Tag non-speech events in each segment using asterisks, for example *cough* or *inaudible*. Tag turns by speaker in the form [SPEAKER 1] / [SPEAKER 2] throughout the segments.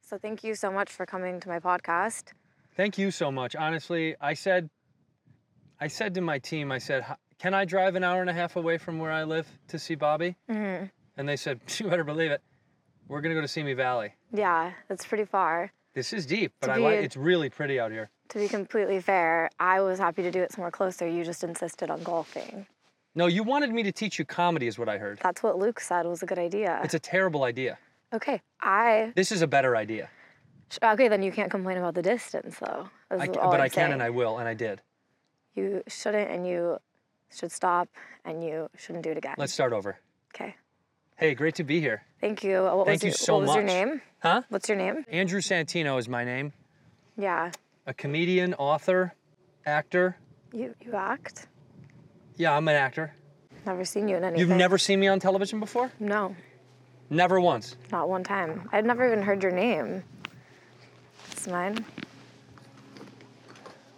[SPEAKER 1] So thank you so much for coming to my podcast.
[SPEAKER 2] Thank you so much. Honestly, I said, I said to my team, I said, "H- can I drive an hour and a half away from where I live to see Bobby?
[SPEAKER 1] hmm
[SPEAKER 2] And they said, you better believe it. We're gonna go to Simi Valley.
[SPEAKER 1] Yeah, that's pretty far.
[SPEAKER 2] This is deep, but
[SPEAKER 1] To
[SPEAKER 2] I
[SPEAKER 1] be
[SPEAKER 2] like.
[SPEAKER 1] a-
[SPEAKER 2] It's really pretty out here.
[SPEAKER 1] To be completely fair, I was happy to do it somewhere closer. You just insisted on golfing.
[SPEAKER 2] No, you wanted me to teach you comedy, is what I heard.
[SPEAKER 1] That's what Luke said was a good idea.
[SPEAKER 2] It's a terrible idea.
[SPEAKER 1] okay, I
[SPEAKER 2] This is a better idea.
[SPEAKER 1] sh- okay then you can't complain about the distance though. This
[SPEAKER 2] I,
[SPEAKER 1] is
[SPEAKER 2] ca-
[SPEAKER 1] all
[SPEAKER 2] but
[SPEAKER 1] I'm
[SPEAKER 2] I can and I
[SPEAKER 1] saying.
[SPEAKER 2] will, and I did.
[SPEAKER 1] You shouldn't, and you should stop, and you shouldn't do it again.
[SPEAKER 2] Let's start over.
[SPEAKER 1] okay.
[SPEAKER 2] Hey, great to be here.
[SPEAKER 1] Thank you. Uh, What was
[SPEAKER 2] Thank you
[SPEAKER 1] your,
[SPEAKER 2] so
[SPEAKER 1] What was your
[SPEAKER 2] much.
[SPEAKER 1] name?
[SPEAKER 2] Huh?
[SPEAKER 1] What's your name?
[SPEAKER 2] Andrew Santino is my name.
[SPEAKER 1] Yeah.
[SPEAKER 2] A comedian, author, actor.
[SPEAKER 1] You you act.
[SPEAKER 2] Yeah, I'm an actor.
[SPEAKER 1] Never seen you in anything.
[SPEAKER 2] You've never seen me on television before?
[SPEAKER 1] No,
[SPEAKER 2] Never once.
[SPEAKER 1] not one time. I'd never even heard your name. It's mine.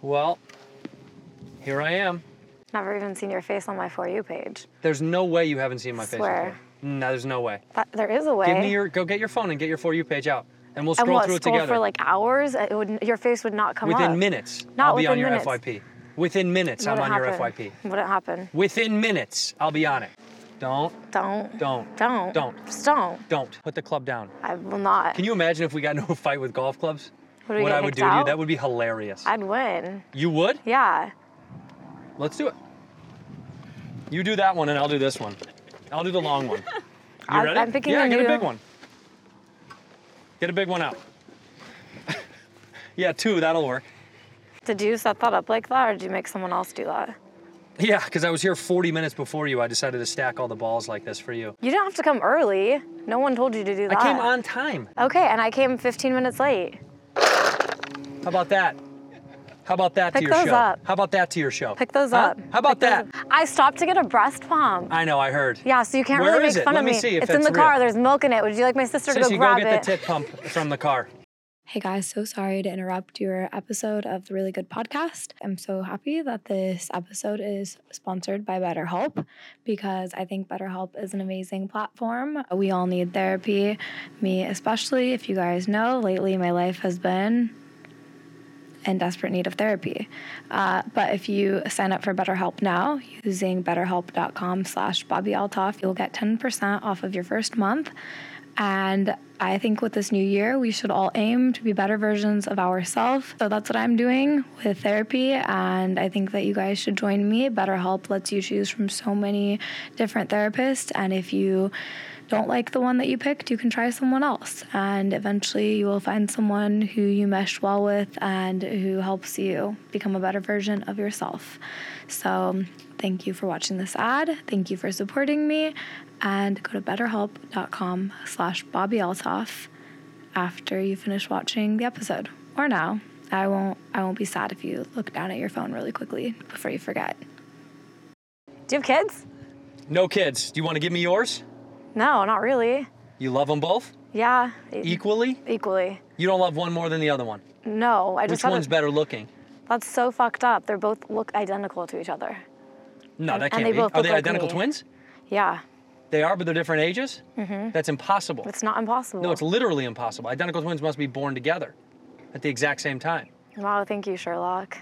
[SPEAKER 2] Well, here I am.
[SPEAKER 1] Never even seen your face on my for you page.
[SPEAKER 2] There's no way you haven't seen my face
[SPEAKER 1] Swear.
[SPEAKER 2] before. No, there's no way.
[SPEAKER 1] That, there is a way.
[SPEAKER 2] Give me your go get your phone and get your for you page out. And we'll
[SPEAKER 1] and
[SPEAKER 2] scroll
[SPEAKER 1] what,
[SPEAKER 2] through it
[SPEAKER 1] scroll
[SPEAKER 2] together.
[SPEAKER 1] for like hours. It would, your face would not come up.
[SPEAKER 2] Within minutes,
[SPEAKER 1] Not
[SPEAKER 2] I'll be on
[SPEAKER 1] within
[SPEAKER 2] your
[SPEAKER 1] minutes.
[SPEAKER 2] FYP. Within minutes, I'm
[SPEAKER 1] Wouldn't
[SPEAKER 2] on your
[SPEAKER 1] happen.
[SPEAKER 2] FYP.
[SPEAKER 1] Wouldn't happen.
[SPEAKER 2] Within minutes, I'll be on it. Don't,
[SPEAKER 1] Don't.
[SPEAKER 2] don't,
[SPEAKER 1] Don't.
[SPEAKER 2] Don't.
[SPEAKER 1] Just don't.
[SPEAKER 2] don't. Put the club down.
[SPEAKER 1] I will not.
[SPEAKER 2] Can you imagine if we got into a fight with golf clubs?
[SPEAKER 1] Would we
[SPEAKER 2] what
[SPEAKER 1] get
[SPEAKER 2] I would
[SPEAKER 1] kicked
[SPEAKER 2] do to you?
[SPEAKER 1] out?
[SPEAKER 2] That would be hilarious.
[SPEAKER 1] I'd win.
[SPEAKER 2] you would?
[SPEAKER 1] Yeah.
[SPEAKER 2] Let's do it. You do that one and I'll do this one. I'll do the
[SPEAKER 1] *laughs*
[SPEAKER 2] long one. You
[SPEAKER 1] I-
[SPEAKER 2] ready?
[SPEAKER 1] I'm picking
[SPEAKER 2] yeah,
[SPEAKER 1] a
[SPEAKER 2] get
[SPEAKER 1] new-
[SPEAKER 2] a big one. Get a big one out. *laughs* yeah, two, that'll work.
[SPEAKER 1] Did you set that up like that, or did you make someone else do that?
[SPEAKER 2] Yeah, because I was here 40 minutes before you. I decided to stack all the balls like this for you.
[SPEAKER 1] You didn't have to come early. No one told you to do that.
[SPEAKER 2] I came on time.
[SPEAKER 1] Okay, and I came 15 minutes late.
[SPEAKER 2] How about that? How about that
[SPEAKER 1] Pick
[SPEAKER 2] to your
[SPEAKER 1] those
[SPEAKER 2] show?
[SPEAKER 1] up.
[SPEAKER 2] How about that to your show?
[SPEAKER 1] Pick those
[SPEAKER 2] Huh?
[SPEAKER 1] up.
[SPEAKER 2] How about
[SPEAKER 1] Pick
[SPEAKER 2] that?
[SPEAKER 1] those up. I stopped to get a breast pump.
[SPEAKER 2] I know, I heard.
[SPEAKER 1] Yeah, so you can't
[SPEAKER 2] Where
[SPEAKER 1] really
[SPEAKER 2] is
[SPEAKER 1] make
[SPEAKER 2] it?
[SPEAKER 1] fun
[SPEAKER 2] Let
[SPEAKER 1] of
[SPEAKER 2] me
[SPEAKER 1] me.
[SPEAKER 2] see if
[SPEAKER 1] it's, in
[SPEAKER 2] it's
[SPEAKER 1] the car.
[SPEAKER 2] real.
[SPEAKER 1] There's milk in it. Would you like my sister to
[SPEAKER 2] Sissy,
[SPEAKER 1] go
[SPEAKER 2] go
[SPEAKER 1] grab
[SPEAKER 2] get
[SPEAKER 1] it?
[SPEAKER 2] the tit pump from the car.
[SPEAKER 3] Hey guys, so sorry to interrupt your episode of the Really Good Podcast. I'm so happy that this episode is sponsored by BetterHelp because I think BetterHelp is an amazing platform. We all need therapy, me especially. If you guys know, lately my life has been in desperate need of therapy. Uh, but if you sign up for BetterHelp now using betterhelp.com slash Bobby Altoff, you'll get 10% off of your first month. And I think with this new year, we should all aim to be better versions of ourselves. So that's what I'm doing with therapy. And I think that you guys should join me. BetterHelp lets you choose from so many different therapists. And if you don't like the one that you picked, you can try someone else. And eventually you will find someone who you mesh well with and who helps you become a better version of yourself. So thank you for watching this ad. Thank you for supporting me. And go to betterhelp.com slash Bobby Altoff after you finish watching the episode. Or now. I won't I won't be sad if you look down at your phone really quickly before you forget.
[SPEAKER 1] Do you have kids?
[SPEAKER 2] No kids. Do you want to give me yours?
[SPEAKER 1] No, not really.
[SPEAKER 2] You love them both
[SPEAKER 1] Yeah, e-
[SPEAKER 2] equally?
[SPEAKER 1] equally.
[SPEAKER 2] You don't love one more than the other one.
[SPEAKER 1] No, I
[SPEAKER 2] Which
[SPEAKER 1] just
[SPEAKER 2] one's
[SPEAKER 1] haven't-
[SPEAKER 2] better looking?
[SPEAKER 1] That's so fucked up. They are both look identical to each other.
[SPEAKER 2] No, that
[SPEAKER 1] and
[SPEAKER 2] can't
[SPEAKER 1] they
[SPEAKER 2] be.
[SPEAKER 1] both
[SPEAKER 2] are
[SPEAKER 1] look
[SPEAKER 2] they
[SPEAKER 1] like
[SPEAKER 2] identical
[SPEAKER 1] me.
[SPEAKER 2] twins?
[SPEAKER 1] Yeah,
[SPEAKER 2] They are, but they're different ages? Mm-hmm. That's impossible.
[SPEAKER 1] it's not impossible.
[SPEAKER 2] no, it's literally impossible. Identical twins must be born together at the exact same time.
[SPEAKER 1] wow, thank you, Sherlock.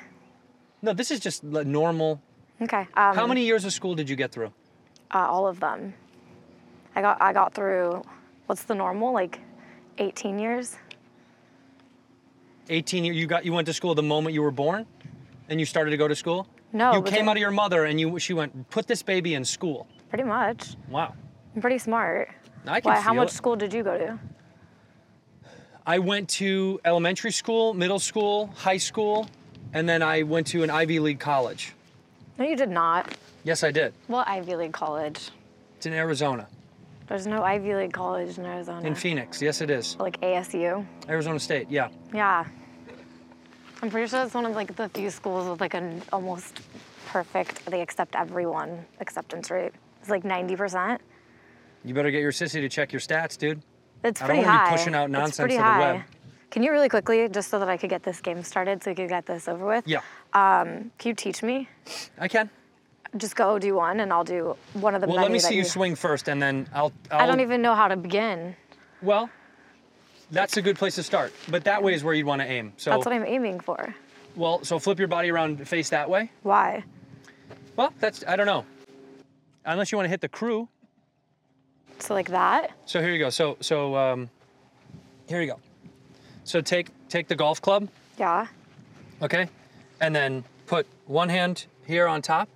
[SPEAKER 2] No, this is just l- normal.
[SPEAKER 1] Okay. Um,
[SPEAKER 2] How many years of school did you get through?
[SPEAKER 1] Uh, all of them. I got I got through. What's the normal? Like, 18 years.
[SPEAKER 2] 18 years. You got you went to school the moment you were born and you started to go to school?
[SPEAKER 1] No,
[SPEAKER 2] You
[SPEAKER 1] but
[SPEAKER 2] came
[SPEAKER 1] they-
[SPEAKER 2] out of your mother and you she went, "Put this baby in school."
[SPEAKER 1] Pretty much.
[SPEAKER 2] Wow.
[SPEAKER 1] I'm pretty smart.
[SPEAKER 2] I can
[SPEAKER 1] Why? How
[SPEAKER 2] feel
[SPEAKER 1] much
[SPEAKER 2] it.
[SPEAKER 1] school did you go to?
[SPEAKER 2] I went to elementary school, middle school, high school, and then I went to an Ivy League college.
[SPEAKER 1] No, you did not.
[SPEAKER 2] Yes, I did.
[SPEAKER 1] What Ivy League college?
[SPEAKER 2] It's in Arizona,
[SPEAKER 1] There's no Ivy League college in Arizona.
[SPEAKER 2] in Phoenix. Yes, it is.
[SPEAKER 1] like ASU.
[SPEAKER 2] Arizona State. Yeah.
[SPEAKER 1] Yeah. I'm pretty sure it's one of like the few schools with like an almost perfect. They accept everyone acceptance rate. It's like 90%.
[SPEAKER 2] You better get your sissy to check your stats, dude.
[SPEAKER 1] It's
[SPEAKER 2] I don't
[SPEAKER 1] pretty
[SPEAKER 2] wanna be
[SPEAKER 1] high.
[SPEAKER 2] pushing out nonsense
[SPEAKER 1] it's pretty
[SPEAKER 2] to the
[SPEAKER 1] high.
[SPEAKER 2] web.
[SPEAKER 1] Can you really quickly, just so that I could get this game started, so we could get this over with?
[SPEAKER 2] Yeah.
[SPEAKER 1] Can you teach me?
[SPEAKER 2] I can.
[SPEAKER 1] Just go do one, and I'll do one of the
[SPEAKER 2] Well,
[SPEAKER 1] many
[SPEAKER 2] let me
[SPEAKER 1] that
[SPEAKER 2] see you swing first, and then I'll. I'll
[SPEAKER 1] I don't even know how to begin.
[SPEAKER 2] Well, that's a good place to start. But that way is where you'd want to aim. So
[SPEAKER 1] That's what I'm aiming for.
[SPEAKER 2] well, so flip your body around, face that way.
[SPEAKER 1] Why?
[SPEAKER 2] Well, that's I don't know. Unless you want to hit the crew.
[SPEAKER 1] So like that?
[SPEAKER 2] So here you go. So so um, here you go. So take take the golf club,
[SPEAKER 1] Yeah.
[SPEAKER 2] okay, and then put one hand here on top.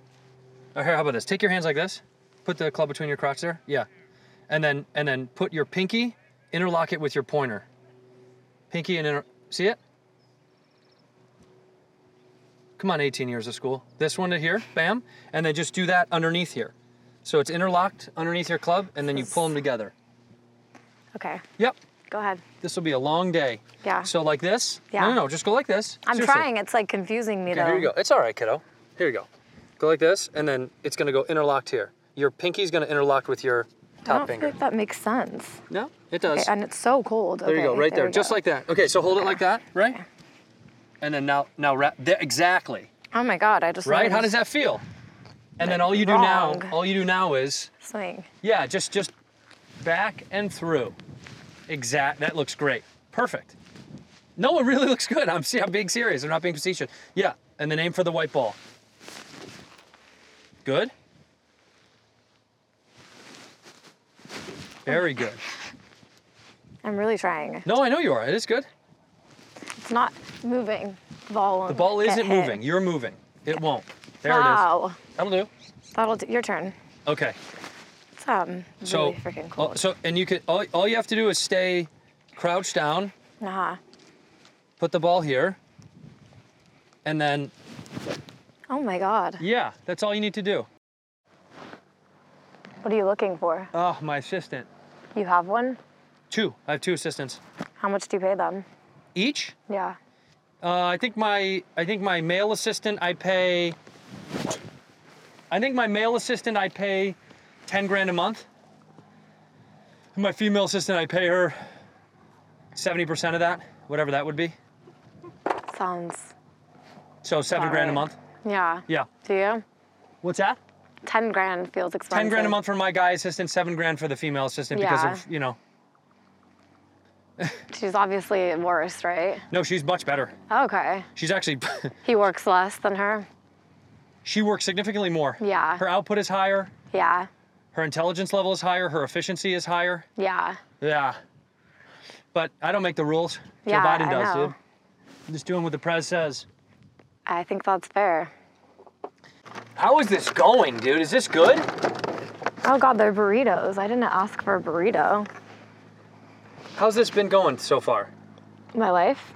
[SPEAKER 2] Or here, how about this? Take your hands like this. Put the club between your crotch there. Yeah, and then and then put your pinky, interlock it with your pointer. Pinky and inter. See it? Come on, 18 years of school. This one to here, bam, and then just do that underneath here. So it's interlocked underneath your club, and then you pull them together.
[SPEAKER 1] Okay.
[SPEAKER 2] Yep.
[SPEAKER 1] Go ahead.
[SPEAKER 2] This will be a long day.
[SPEAKER 1] Yeah.
[SPEAKER 2] So like this?
[SPEAKER 1] Yeah.
[SPEAKER 2] No, no, no. Just go like this.
[SPEAKER 1] I'm
[SPEAKER 2] Seriously.
[SPEAKER 1] trying. It's like confusing me
[SPEAKER 2] Okay,
[SPEAKER 1] though.
[SPEAKER 2] here you go. It's all right, kiddo. Here you go. Go like this, and then it's gonna go interlocked here. Your pinky's gonna interlock with your
[SPEAKER 1] I
[SPEAKER 2] top
[SPEAKER 1] don't
[SPEAKER 2] finger.
[SPEAKER 1] think that makes sense.
[SPEAKER 2] No, it does.
[SPEAKER 1] Oh, Okay, and it's so cold.
[SPEAKER 2] there you go, right there, just like that. Okay, so hold it like that, right?
[SPEAKER 1] Okay.
[SPEAKER 2] And then now, now wrap. There, exactly.
[SPEAKER 1] Oh my god, I just
[SPEAKER 2] Right? How does that feel? And then all you do
[SPEAKER 1] Wrong.
[SPEAKER 2] now, all you do now is,
[SPEAKER 1] swing?
[SPEAKER 2] yeah, just just back and through. Exact. That looks great. Perfect. No, it really *laughs* looks good. I'm, se- I'm being serious. I'm not being facetious. Yeah, and then aim for the white ball. Good. Very good.
[SPEAKER 1] I'm really trying.
[SPEAKER 2] No, I know you are. It is good.
[SPEAKER 1] It's not moving. The ball.
[SPEAKER 2] The ball isn't moving. You're moving. It won't. There it
[SPEAKER 1] wow.
[SPEAKER 2] is. That'll do.
[SPEAKER 1] That'll do. Your turn.
[SPEAKER 2] Okay.
[SPEAKER 1] It's um really
[SPEAKER 2] So,
[SPEAKER 1] freaking
[SPEAKER 2] oh,
[SPEAKER 1] cold.
[SPEAKER 2] so and you can all, all you have to do is stay crouched down,
[SPEAKER 1] nah.
[SPEAKER 2] put the ball here, and then
[SPEAKER 1] Oh my god.
[SPEAKER 2] Yeah, that's all you need to do.
[SPEAKER 1] What are you looking for?
[SPEAKER 2] Oh, my assistant.
[SPEAKER 1] You have one?
[SPEAKER 2] Two. I have two assistants.
[SPEAKER 1] How much do you pay them?
[SPEAKER 2] Each?
[SPEAKER 1] Yeah.
[SPEAKER 2] Uh, I think my I think my male assistant I pay I think my male assistant I pay 10 grand a month. And my female assistant I pay her 70% of that, whatever that would be.
[SPEAKER 1] Sounds.
[SPEAKER 2] So 7
[SPEAKER 1] All
[SPEAKER 2] grand
[SPEAKER 1] right.
[SPEAKER 2] a month.
[SPEAKER 1] Yeah.
[SPEAKER 2] Yeah.
[SPEAKER 1] Do you?
[SPEAKER 2] What's that?
[SPEAKER 1] 10 grand feels expensive.
[SPEAKER 2] 10 grand a month for my guy assistant, 7 grand for the female assistant
[SPEAKER 1] Yeah.
[SPEAKER 2] because of, you know.
[SPEAKER 1] She's obviously worse, right?
[SPEAKER 2] No, she's much better.
[SPEAKER 1] Okay.
[SPEAKER 2] She's actually *laughs*
[SPEAKER 1] He works less than her.
[SPEAKER 2] she works significantly more.
[SPEAKER 1] Yeah.
[SPEAKER 2] Her output is higher.
[SPEAKER 1] Yeah.
[SPEAKER 2] Her intelligence level is higher. Her efficiency is higher.
[SPEAKER 1] Yeah.
[SPEAKER 2] Yeah. But I don't make the rules. Joe
[SPEAKER 1] Yeah,
[SPEAKER 2] Biden
[SPEAKER 1] I
[SPEAKER 2] does,
[SPEAKER 1] know.
[SPEAKER 2] dude. I'm just doing what the press says.
[SPEAKER 1] I think that's fair.
[SPEAKER 2] How is this going, dude? Is this good?
[SPEAKER 1] Oh god, they're burritos. I didn't ask for a burrito.
[SPEAKER 2] How's this been going so far?
[SPEAKER 1] My life?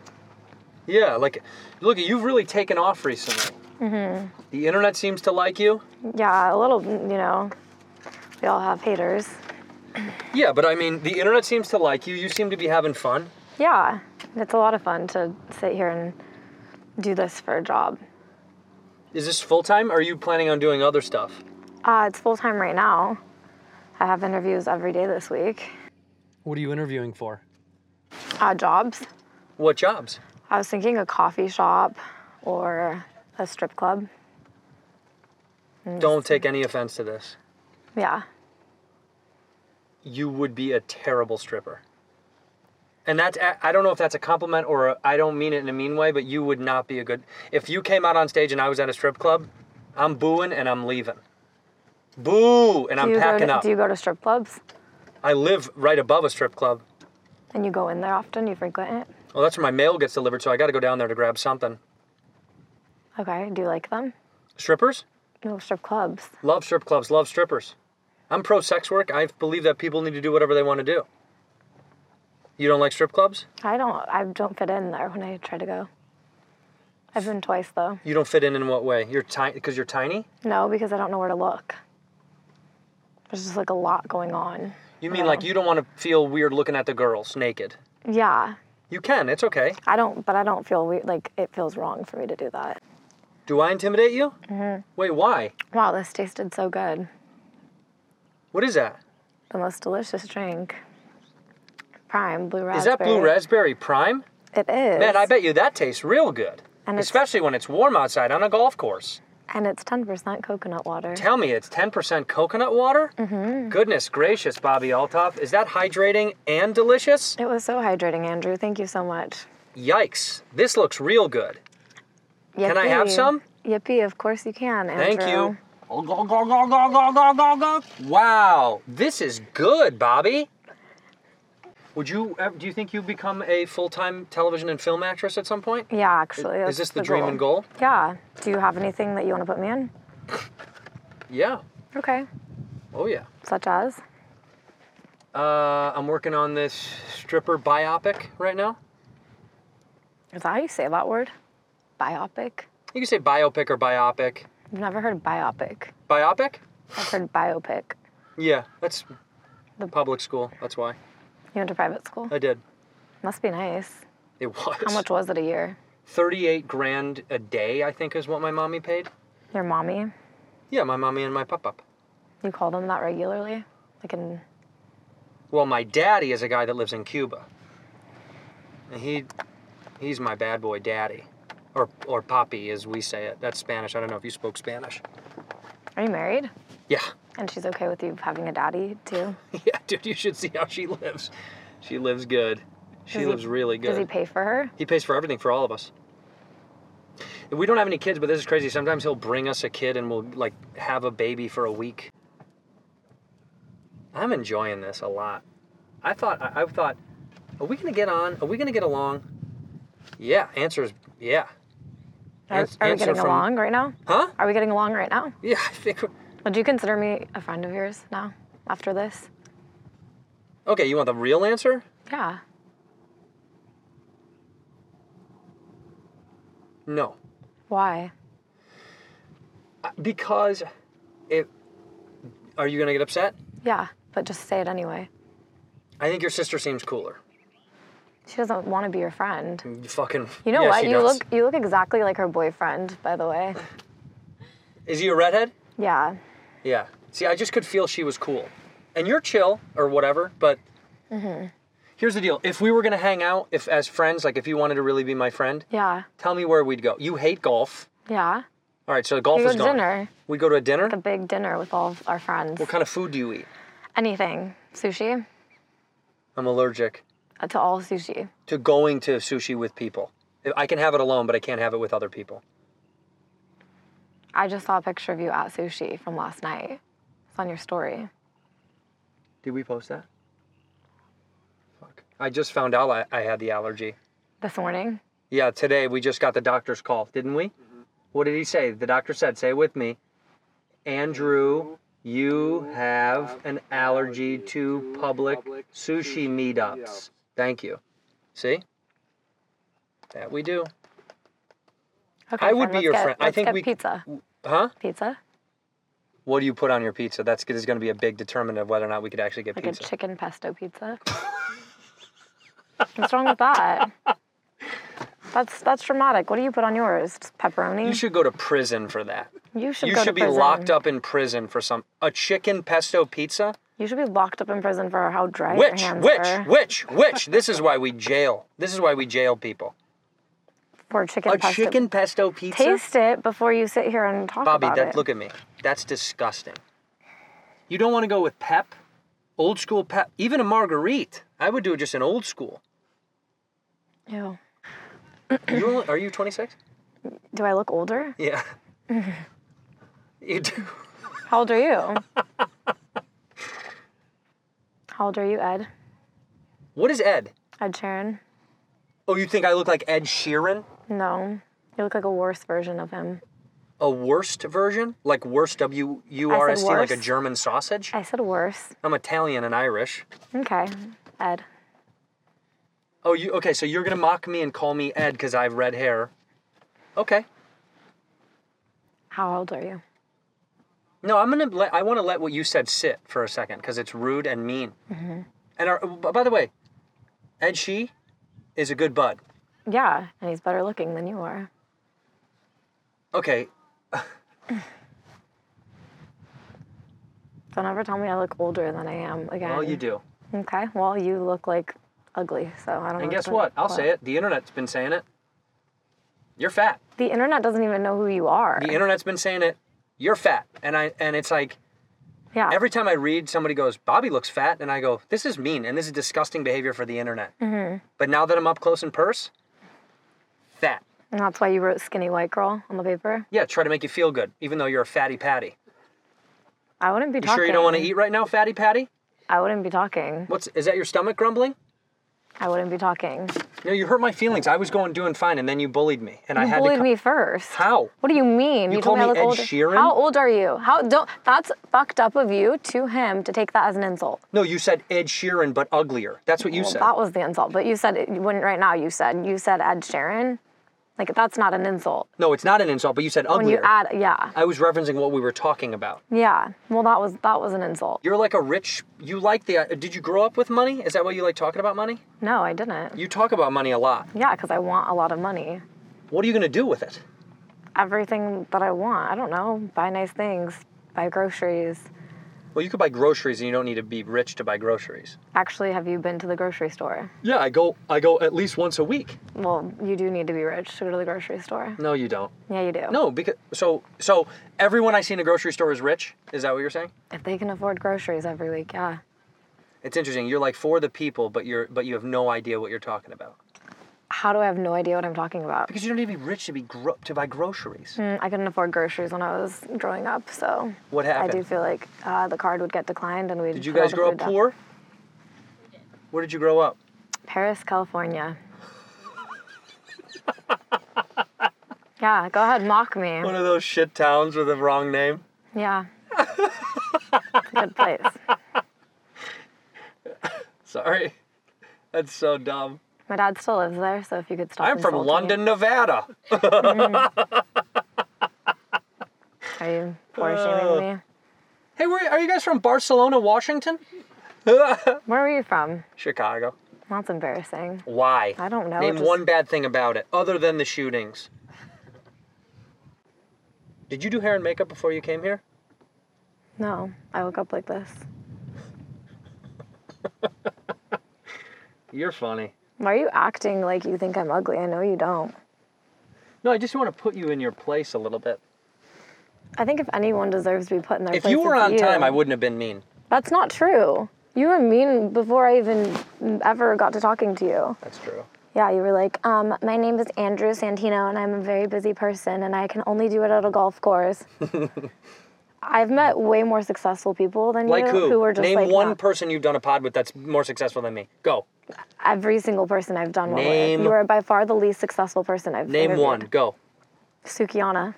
[SPEAKER 2] Yeah, like, look, you've really taken off recently. Mm-hmm. The internet seems to like you.
[SPEAKER 1] Yeah, a little, you know. We all have haters.
[SPEAKER 2] Yeah, but I mean, the internet seems to like you. You seem to be having fun.
[SPEAKER 1] Yeah, it's a lot of fun to sit here and do this for a job.
[SPEAKER 2] Is this full time? Are you planning on doing other stuff?
[SPEAKER 1] Uh, it's full time right now. I have interviews every day this week.
[SPEAKER 2] What are you interviewing for?
[SPEAKER 1] Uh, jobs.
[SPEAKER 2] What jobs?
[SPEAKER 1] I was thinking a coffee shop or a strip club. Mm.
[SPEAKER 2] Don't take any offense to this.
[SPEAKER 1] Yeah.
[SPEAKER 2] you would be a terrible stripper. And that's, I- I don't know if that's a compliment or I I don't mean it in a mean way, but you would not be a good, if you came out on stage and I was at a strip club, I'm booing and I'm leaving. Boo! And I'm
[SPEAKER 1] do you go
[SPEAKER 2] packing
[SPEAKER 1] to,
[SPEAKER 2] up.
[SPEAKER 1] Do you go to strip clubs?
[SPEAKER 2] I live right above a strip club.
[SPEAKER 1] And you go in there often? You frequent it?
[SPEAKER 2] Well, that's where my mail gets delivered, so I gotta go down there to grab something.
[SPEAKER 1] Okay. Do you like them?
[SPEAKER 2] Strippers?
[SPEAKER 1] No strip clubs.
[SPEAKER 2] Love strip clubs, love strippers. I'm pro sex work. I believe that people need to do whatever they wanna do. You don't like strip clubs?
[SPEAKER 1] I don't. I don't fit in there when I try to go. I've been twice though.
[SPEAKER 2] You don't fit in in what way? You're tiny, because you're tiny?
[SPEAKER 1] No, because I don't know where to look. There's just like a lot going on.
[SPEAKER 2] You mean like you don't want to feel weird looking at the girls naked?
[SPEAKER 1] Yeah,
[SPEAKER 2] You can, it's okay.
[SPEAKER 1] I don't. But I don't feel weird. Like it feels wrong for me to do that.
[SPEAKER 2] Do I intimidate you? Mm-hmm. Wait, why?
[SPEAKER 1] Wow, this tasted so good.
[SPEAKER 2] What is that?
[SPEAKER 1] The most delicious drink. Prime blue raspberry.
[SPEAKER 2] Is that blue raspberry prime?
[SPEAKER 1] It is.
[SPEAKER 2] Man, I bet you that tastes real good.
[SPEAKER 1] And it's-
[SPEAKER 2] Especially when it's warm outside on a golf course.
[SPEAKER 1] And it's 10% coconut water.
[SPEAKER 2] Tell me, it's 10% coconut water? Goodness gracious, Bobby Altoff. Is that hydrating and delicious?
[SPEAKER 1] It was so hydrating, Andrew. Thank you so much.
[SPEAKER 2] Yikes. This looks real good.
[SPEAKER 1] Yippee.
[SPEAKER 2] I have some?
[SPEAKER 1] Yippee, of course you can, Andrew.
[SPEAKER 2] Thank you. Wow, this is good, Bobby. Would you ev- do you think you become a full-time television and film actress at some point?
[SPEAKER 1] Yeah, actually. that's
[SPEAKER 2] Is this the dream and goal?
[SPEAKER 1] Yeah. Do you have anything that you want to put me in?
[SPEAKER 2] Yeah.
[SPEAKER 1] Okay.
[SPEAKER 2] Oh yeah.
[SPEAKER 1] Such as?
[SPEAKER 2] Uh, I'm working on this stripper biopic right now.
[SPEAKER 1] Is that how you say that word? Biopic?
[SPEAKER 2] You can say biopic or biopic.
[SPEAKER 1] I've never heard biopic.
[SPEAKER 2] Biopic?
[SPEAKER 1] I've heard biopic.
[SPEAKER 2] Yeah, that's
[SPEAKER 1] The-
[SPEAKER 2] public school. That's why
[SPEAKER 1] You went to private school?
[SPEAKER 2] I did.
[SPEAKER 1] Must be nice.
[SPEAKER 2] It was
[SPEAKER 1] How much was it a year?
[SPEAKER 2] 38 grand a day, I think, is what my mommy paid.
[SPEAKER 1] Your mommy?
[SPEAKER 2] Yeah, my mommy and my pop up.
[SPEAKER 1] You call them that regularly? Like in
[SPEAKER 2] Well, my daddy is a guy that lives in Cuba. And he he's my bad boy daddy. Or or poppy as we say it. That's Spanish. I don't know if you spoke Spanish.
[SPEAKER 1] Are you married?
[SPEAKER 2] Yeah. *laughs*
[SPEAKER 1] And she's okay with you having a daddy too?
[SPEAKER 2] Yeah, dude, you should see how she lives. She lives good. She
[SPEAKER 1] Does he-
[SPEAKER 2] lives really good.
[SPEAKER 1] Does he pay for her?
[SPEAKER 2] He pays for everything for all of us. We don't have any kids, but this is crazy. Sometimes he'll bring us a kid and we'll like have a baby for a week. I'm enjoying this a lot. I thought I, I thought, are we gonna get on? Are we gonna get along? Yeah, answer is yeah.
[SPEAKER 1] Are,
[SPEAKER 2] Ans-
[SPEAKER 1] are we
[SPEAKER 2] answer
[SPEAKER 1] getting
[SPEAKER 2] from-
[SPEAKER 1] along right now?
[SPEAKER 2] Huh?
[SPEAKER 1] Are we getting along right now?
[SPEAKER 2] Yeah, I think. we're-
[SPEAKER 1] Would you consider me a friend of yours now after this?
[SPEAKER 2] Okay, you want the real answer?
[SPEAKER 1] Yeah.
[SPEAKER 2] No,
[SPEAKER 1] Why?
[SPEAKER 2] Uh, because if are you gonna get upset?
[SPEAKER 1] Yeah, but just say it anyway.
[SPEAKER 2] I think your sister seems cooler.
[SPEAKER 1] She doesn't want to be your friend.
[SPEAKER 2] You fucking.
[SPEAKER 1] You know
[SPEAKER 2] yeah,
[SPEAKER 1] what?
[SPEAKER 2] she
[SPEAKER 1] You
[SPEAKER 2] does.
[SPEAKER 1] look you look exactly like her boyfriend, by the
[SPEAKER 2] *laughs*
[SPEAKER 1] way.
[SPEAKER 2] Is he a redhead?
[SPEAKER 1] Yeah.
[SPEAKER 2] Yeah. See, I just could feel she was cool. And you're chill or whatever, but
[SPEAKER 1] Mm-hmm.
[SPEAKER 2] here's the deal. If we were going to hang out if as friends, like if you wanted to really be my friend,
[SPEAKER 1] Yeah.
[SPEAKER 2] tell me where we'd go. You hate golf.
[SPEAKER 1] Yeah.
[SPEAKER 2] All right, so golf
[SPEAKER 1] We go
[SPEAKER 2] is
[SPEAKER 1] to
[SPEAKER 2] gone.
[SPEAKER 1] dinner.
[SPEAKER 2] We go to a dinner?
[SPEAKER 1] A big dinner with all of our friends.
[SPEAKER 2] What kind of food do you eat?
[SPEAKER 1] Anything. Sushi.
[SPEAKER 2] I'm allergic
[SPEAKER 1] Uh, To all sushi.
[SPEAKER 2] to going to sushi with people. I can have it alone, but I can't have it with other people.
[SPEAKER 1] I just saw a picture of you at sushi from last night. It's on your story.
[SPEAKER 2] Did we post that? Fuck. I just found out I, I had the allergy.
[SPEAKER 1] This morning.
[SPEAKER 2] Yeah, today we just got the doctor's call, didn't we? What did he say? The doctor said, say it with me. Andrew, you have an allergy to public sushi meetups. Thank you. See? That we do.
[SPEAKER 1] Okay,
[SPEAKER 2] I would
[SPEAKER 1] friend,
[SPEAKER 2] be
[SPEAKER 1] let's
[SPEAKER 2] your
[SPEAKER 1] get-
[SPEAKER 2] friend. I
[SPEAKER 1] let's
[SPEAKER 2] think
[SPEAKER 1] get
[SPEAKER 2] we-
[SPEAKER 1] pizza.
[SPEAKER 2] Huh?
[SPEAKER 1] Pizza.
[SPEAKER 2] What do you put on your pizza? That's is going to be a big determinant of whether or not we could actually get
[SPEAKER 1] Like a
[SPEAKER 2] pizza.
[SPEAKER 1] chicken pesto pizza.
[SPEAKER 2] *laughs*
[SPEAKER 1] What's wrong with that? That's that's dramatic. What do you put on yours? Just pepperoni.
[SPEAKER 2] You should go to prison for that.
[SPEAKER 1] You should
[SPEAKER 2] You
[SPEAKER 1] go
[SPEAKER 2] should
[SPEAKER 1] to
[SPEAKER 2] be
[SPEAKER 1] prison.
[SPEAKER 2] locked up in prison for some a chicken pesto pizza.
[SPEAKER 1] You should be locked up in prison for how dry your
[SPEAKER 2] Which,
[SPEAKER 1] hands
[SPEAKER 2] which,
[SPEAKER 1] were
[SPEAKER 2] which, which? This is why we jail. This is why we jail people.
[SPEAKER 1] for chicken
[SPEAKER 2] A
[SPEAKER 1] pesto.
[SPEAKER 2] chicken pesto pizza?
[SPEAKER 1] Taste it before you sit here and talk
[SPEAKER 2] Bobby,
[SPEAKER 1] about
[SPEAKER 2] that,
[SPEAKER 1] it.
[SPEAKER 2] look at me. That's disgusting. You don't want to go with pep? Old school pep? Even a marguerite. I would do just an old school.
[SPEAKER 1] Ew.
[SPEAKER 2] You only, are you 26?
[SPEAKER 1] Do I look older? *laughs*
[SPEAKER 2] Yeah. you do.
[SPEAKER 1] How old are
[SPEAKER 2] *laughs*
[SPEAKER 1] you? how old are you, Ed?
[SPEAKER 2] What is Ed?
[SPEAKER 1] Ed Sheeran?
[SPEAKER 2] Oh, you think I look like Ed Sheeran?
[SPEAKER 1] No. You look like a worse version of him.
[SPEAKER 2] A worst version? Like worst W U R S T, like a
[SPEAKER 1] worse.
[SPEAKER 2] German sausage?
[SPEAKER 1] I said worse.
[SPEAKER 2] I'm Italian and Irish.
[SPEAKER 1] Okay. Ed.
[SPEAKER 2] Oh, you okay? So you're gonna mock me and call me Ed because I have red hair? Okay.
[SPEAKER 1] How old are you?
[SPEAKER 2] No, I'm gonna. Let, I want to let what you said sit for a second because it's rude and mean. And our, b- by the way, Ed She is a good bud.
[SPEAKER 1] Yeah, and he's better looking than you are.
[SPEAKER 2] Okay,
[SPEAKER 1] Don't ever tell me I look older than I am again.
[SPEAKER 2] well you do.
[SPEAKER 1] Okay. Well, you look like ugly, so I don't.
[SPEAKER 2] And guess what? I'll say it. The internet's been saying it. You're fat.
[SPEAKER 1] The internet doesn't even know who you are.
[SPEAKER 2] The internet's been saying it. You're fat. And I and it's like
[SPEAKER 1] yeah.
[SPEAKER 2] every time I read somebody goes, Bobby looks fat, and I go, this is mean and this is disgusting behavior for the internet. But now that I'm up close and purse, fat.
[SPEAKER 1] and that's why you wrote skinny white girl on the paper.
[SPEAKER 2] Yeah, try to make you feel good, even though you're a fatty patty.
[SPEAKER 1] I wouldn't be
[SPEAKER 2] You
[SPEAKER 1] talking.
[SPEAKER 2] sure you don't want to eat right now, fatty patty?
[SPEAKER 1] I wouldn't be talking.
[SPEAKER 2] What's is that your stomach grumbling?
[SPEAKER 1] I wouldn't be talking.
[SPEAKER 2] No, you hurt my feelings. I was going doing fine, and then you bullied me, and I
[SPEAKER 1] You
[SPEAKER 2] had
[SPEAKER 1] bullied
[SPEAKER 2] to. co-
[SPEAKER 1] me first.
[SPEAKER 2] How?
[SPEAKER 1] What do you mean?
[SPEAKER 2] You
[SPEAKER 1] told
[SPEAKER 2] call me
[SPEAKER 1] I
[SPEAKER 2] Ed
[SPEAKER 1] look old.
[SPEAKER 2] Sheeran?
[SPEAKER 1] How old are you? How don't? That's fucked up of you to him to take that as an insult.
[SPEAKER 2] No, you said Ed Sheeran, but uglier. That's what you
[SPEAKER 1] Well,
[SPEAKER 2] said.
[SPEAKER 1] that was the insult. But you said it, when right now you said you said Ed Sheeran, like that's not an insult.
[SPEAKER 2] no, it's not an insult, but you said
[SPEAKER 1] When you
[SPEAKER 2] uglier.
[SPEAKER 1] add, yeah,
[SPEAKER 2] I was referencing what we were talking about.
[SPEAKER 1] yeah. Well, that was that was an insult.
[SPEAKER 2] You're like a rich. You like the. Did you grow up with money? Is that why you like talking about money?
[SPEAKER 1] No, I didn't.
[SPEAKER 2] You talk about money a lot.
[SPEAKER 1] Yeah, because I want a lot of money.
[SPEAKER 2] What are you gonna do with it?
[SPEAKER 1] Everything that I want. I don't know. Buy nice things. Buy groceries.
[SPEAKER 2] Well, you could buy groceries, and you don't need to be rich to buy groceries.
[SPEAKER 1] Actually, have you been to the grocery store?
[SPEAKER 2] Yeah, I go. I go at least once a week.
[SPEAKER 1] Well, you do need to be rich to go to the grocery store.
[SPEAKER 2] No, you don't.
[SPEAKER 1] Yeah, you do.
[SPEAKER 2] No, because so so everyone I see in a grocery store is rich. Is that what you're saying?
[SPEAKER 1] If they can afford groceries every week, yeah.
[SPEAKER 2] It's interesting. You're like for the people, but you're but you have no idea what you're talking about
[SPEAKER 1] How do I have no idea what I'm talking about?
[SPEAKER 2] because you don't need to be rich to be gro- to buy groceries.
[SPEAKER 1] Mm, I couldn't afford groceries when I was growing up, so
[SPEAKER 2] What
[SPEAKER 1] I
[SPEAKER 2] happened?
[SPEAKER 1] do feel like uh, the card would get declined and we'd.
[SPEAKER 2] Did you
[SPEAKER 1] put all
[SPEAKER 2] guys
[SPEAKER 1] the
[SPEAKER 2] grow up
[SPEAKER 1] food down.
[SPEAKER 2] poor? Where did you grow up?
[SPEAKER 1] Paris, California. *laughs* yeah, go ahead, mock me.
[SPEAKER 2] One of those shit towns with the wrong name.
[SPEAKER 1] Yeah. It's a good place.
[SPEAKER 2] Sorry, *laughs* that's so dumb.
[SPEAKER 1] My dad still lives there, so if you could stop.
[SPEAKER 2] I'm from
[SPEAKER 1] insulting me.
[SPEAKER 2] London, Nevada.
[SPEAKER 1] Are you poor
[SPEAKER 2] Uh.
[SPEAKER 1] shaming me?
[SPEAKER 2] Hey, where are you guys from? Barcelona, Washington?
[SPEAKER 1] Where were you from?
[SPEAKER 2] Chicago.
[SPEAKER 1] That's embarrassing.
[SPEAKER 2] Why?
[SPEAKER 1] I don't know,
[SPEAKER 2] Name
[SPEAKER 1] just-
[SPEAKER 2] one bad thing about it, other than
[SPEAKER 1] *laughs*
[SPEAKER 2] the shootings. Did you do hair and makeup before you came here?
[SPEAKER 1] No, I woke up like this.
[SPEAKER 2] You're funny.
[SPEAKER 1] Why are you acting like you think I'm ugly? I know you don't.
[SPEAKER 2] No, I just want to put you in your place a little bit.
[SPEAKER 1] I think if anyone deserves to be put in their
[SPEAKER 2] If
[SPEAKER 1] place,
[SPEAKER 2] you were
[SPEAKER 1] it's
[SPEAKER 2] on
[SPEAKER 1] you.
[SPEAKER 2] time, I wouldn't have been mean.
[SPEAKER 1] That's not true. You were mean before I even ever got to talking to you.
[SPEAKER 2] That's true.
[SPEAKER 1] Yeah, you were like, um, my name is Andrew Santino, and I'm a very busy person, and I can only do it at a golf
[SPEAKER 2] *laughs*
[SPEAKER 1] course. I've met way more successful people than
[SPEAKER 2] Like
[SPEAKER 1] you
[SPEAKER 2] who?
[SPEAKER 1] were just
[SPEAKER 2] Name
[SPEAKER 1] like
[SPEAKER 2] one
[SPEAKER 1] not-
[SPEAKER 2] person you've done a pod with that's more successful than me. Go.
[SPEAKER 1] every single person I've done one
[SPEAKER 2] Name-
[SPEAKER 1] with. You are by far the least successful person I've
[SPEAKER 2] Name
[SPEAKER 1] interviewed.
[SPEAKER 2] one. Go.
[SPEAKER 1] Sukiana,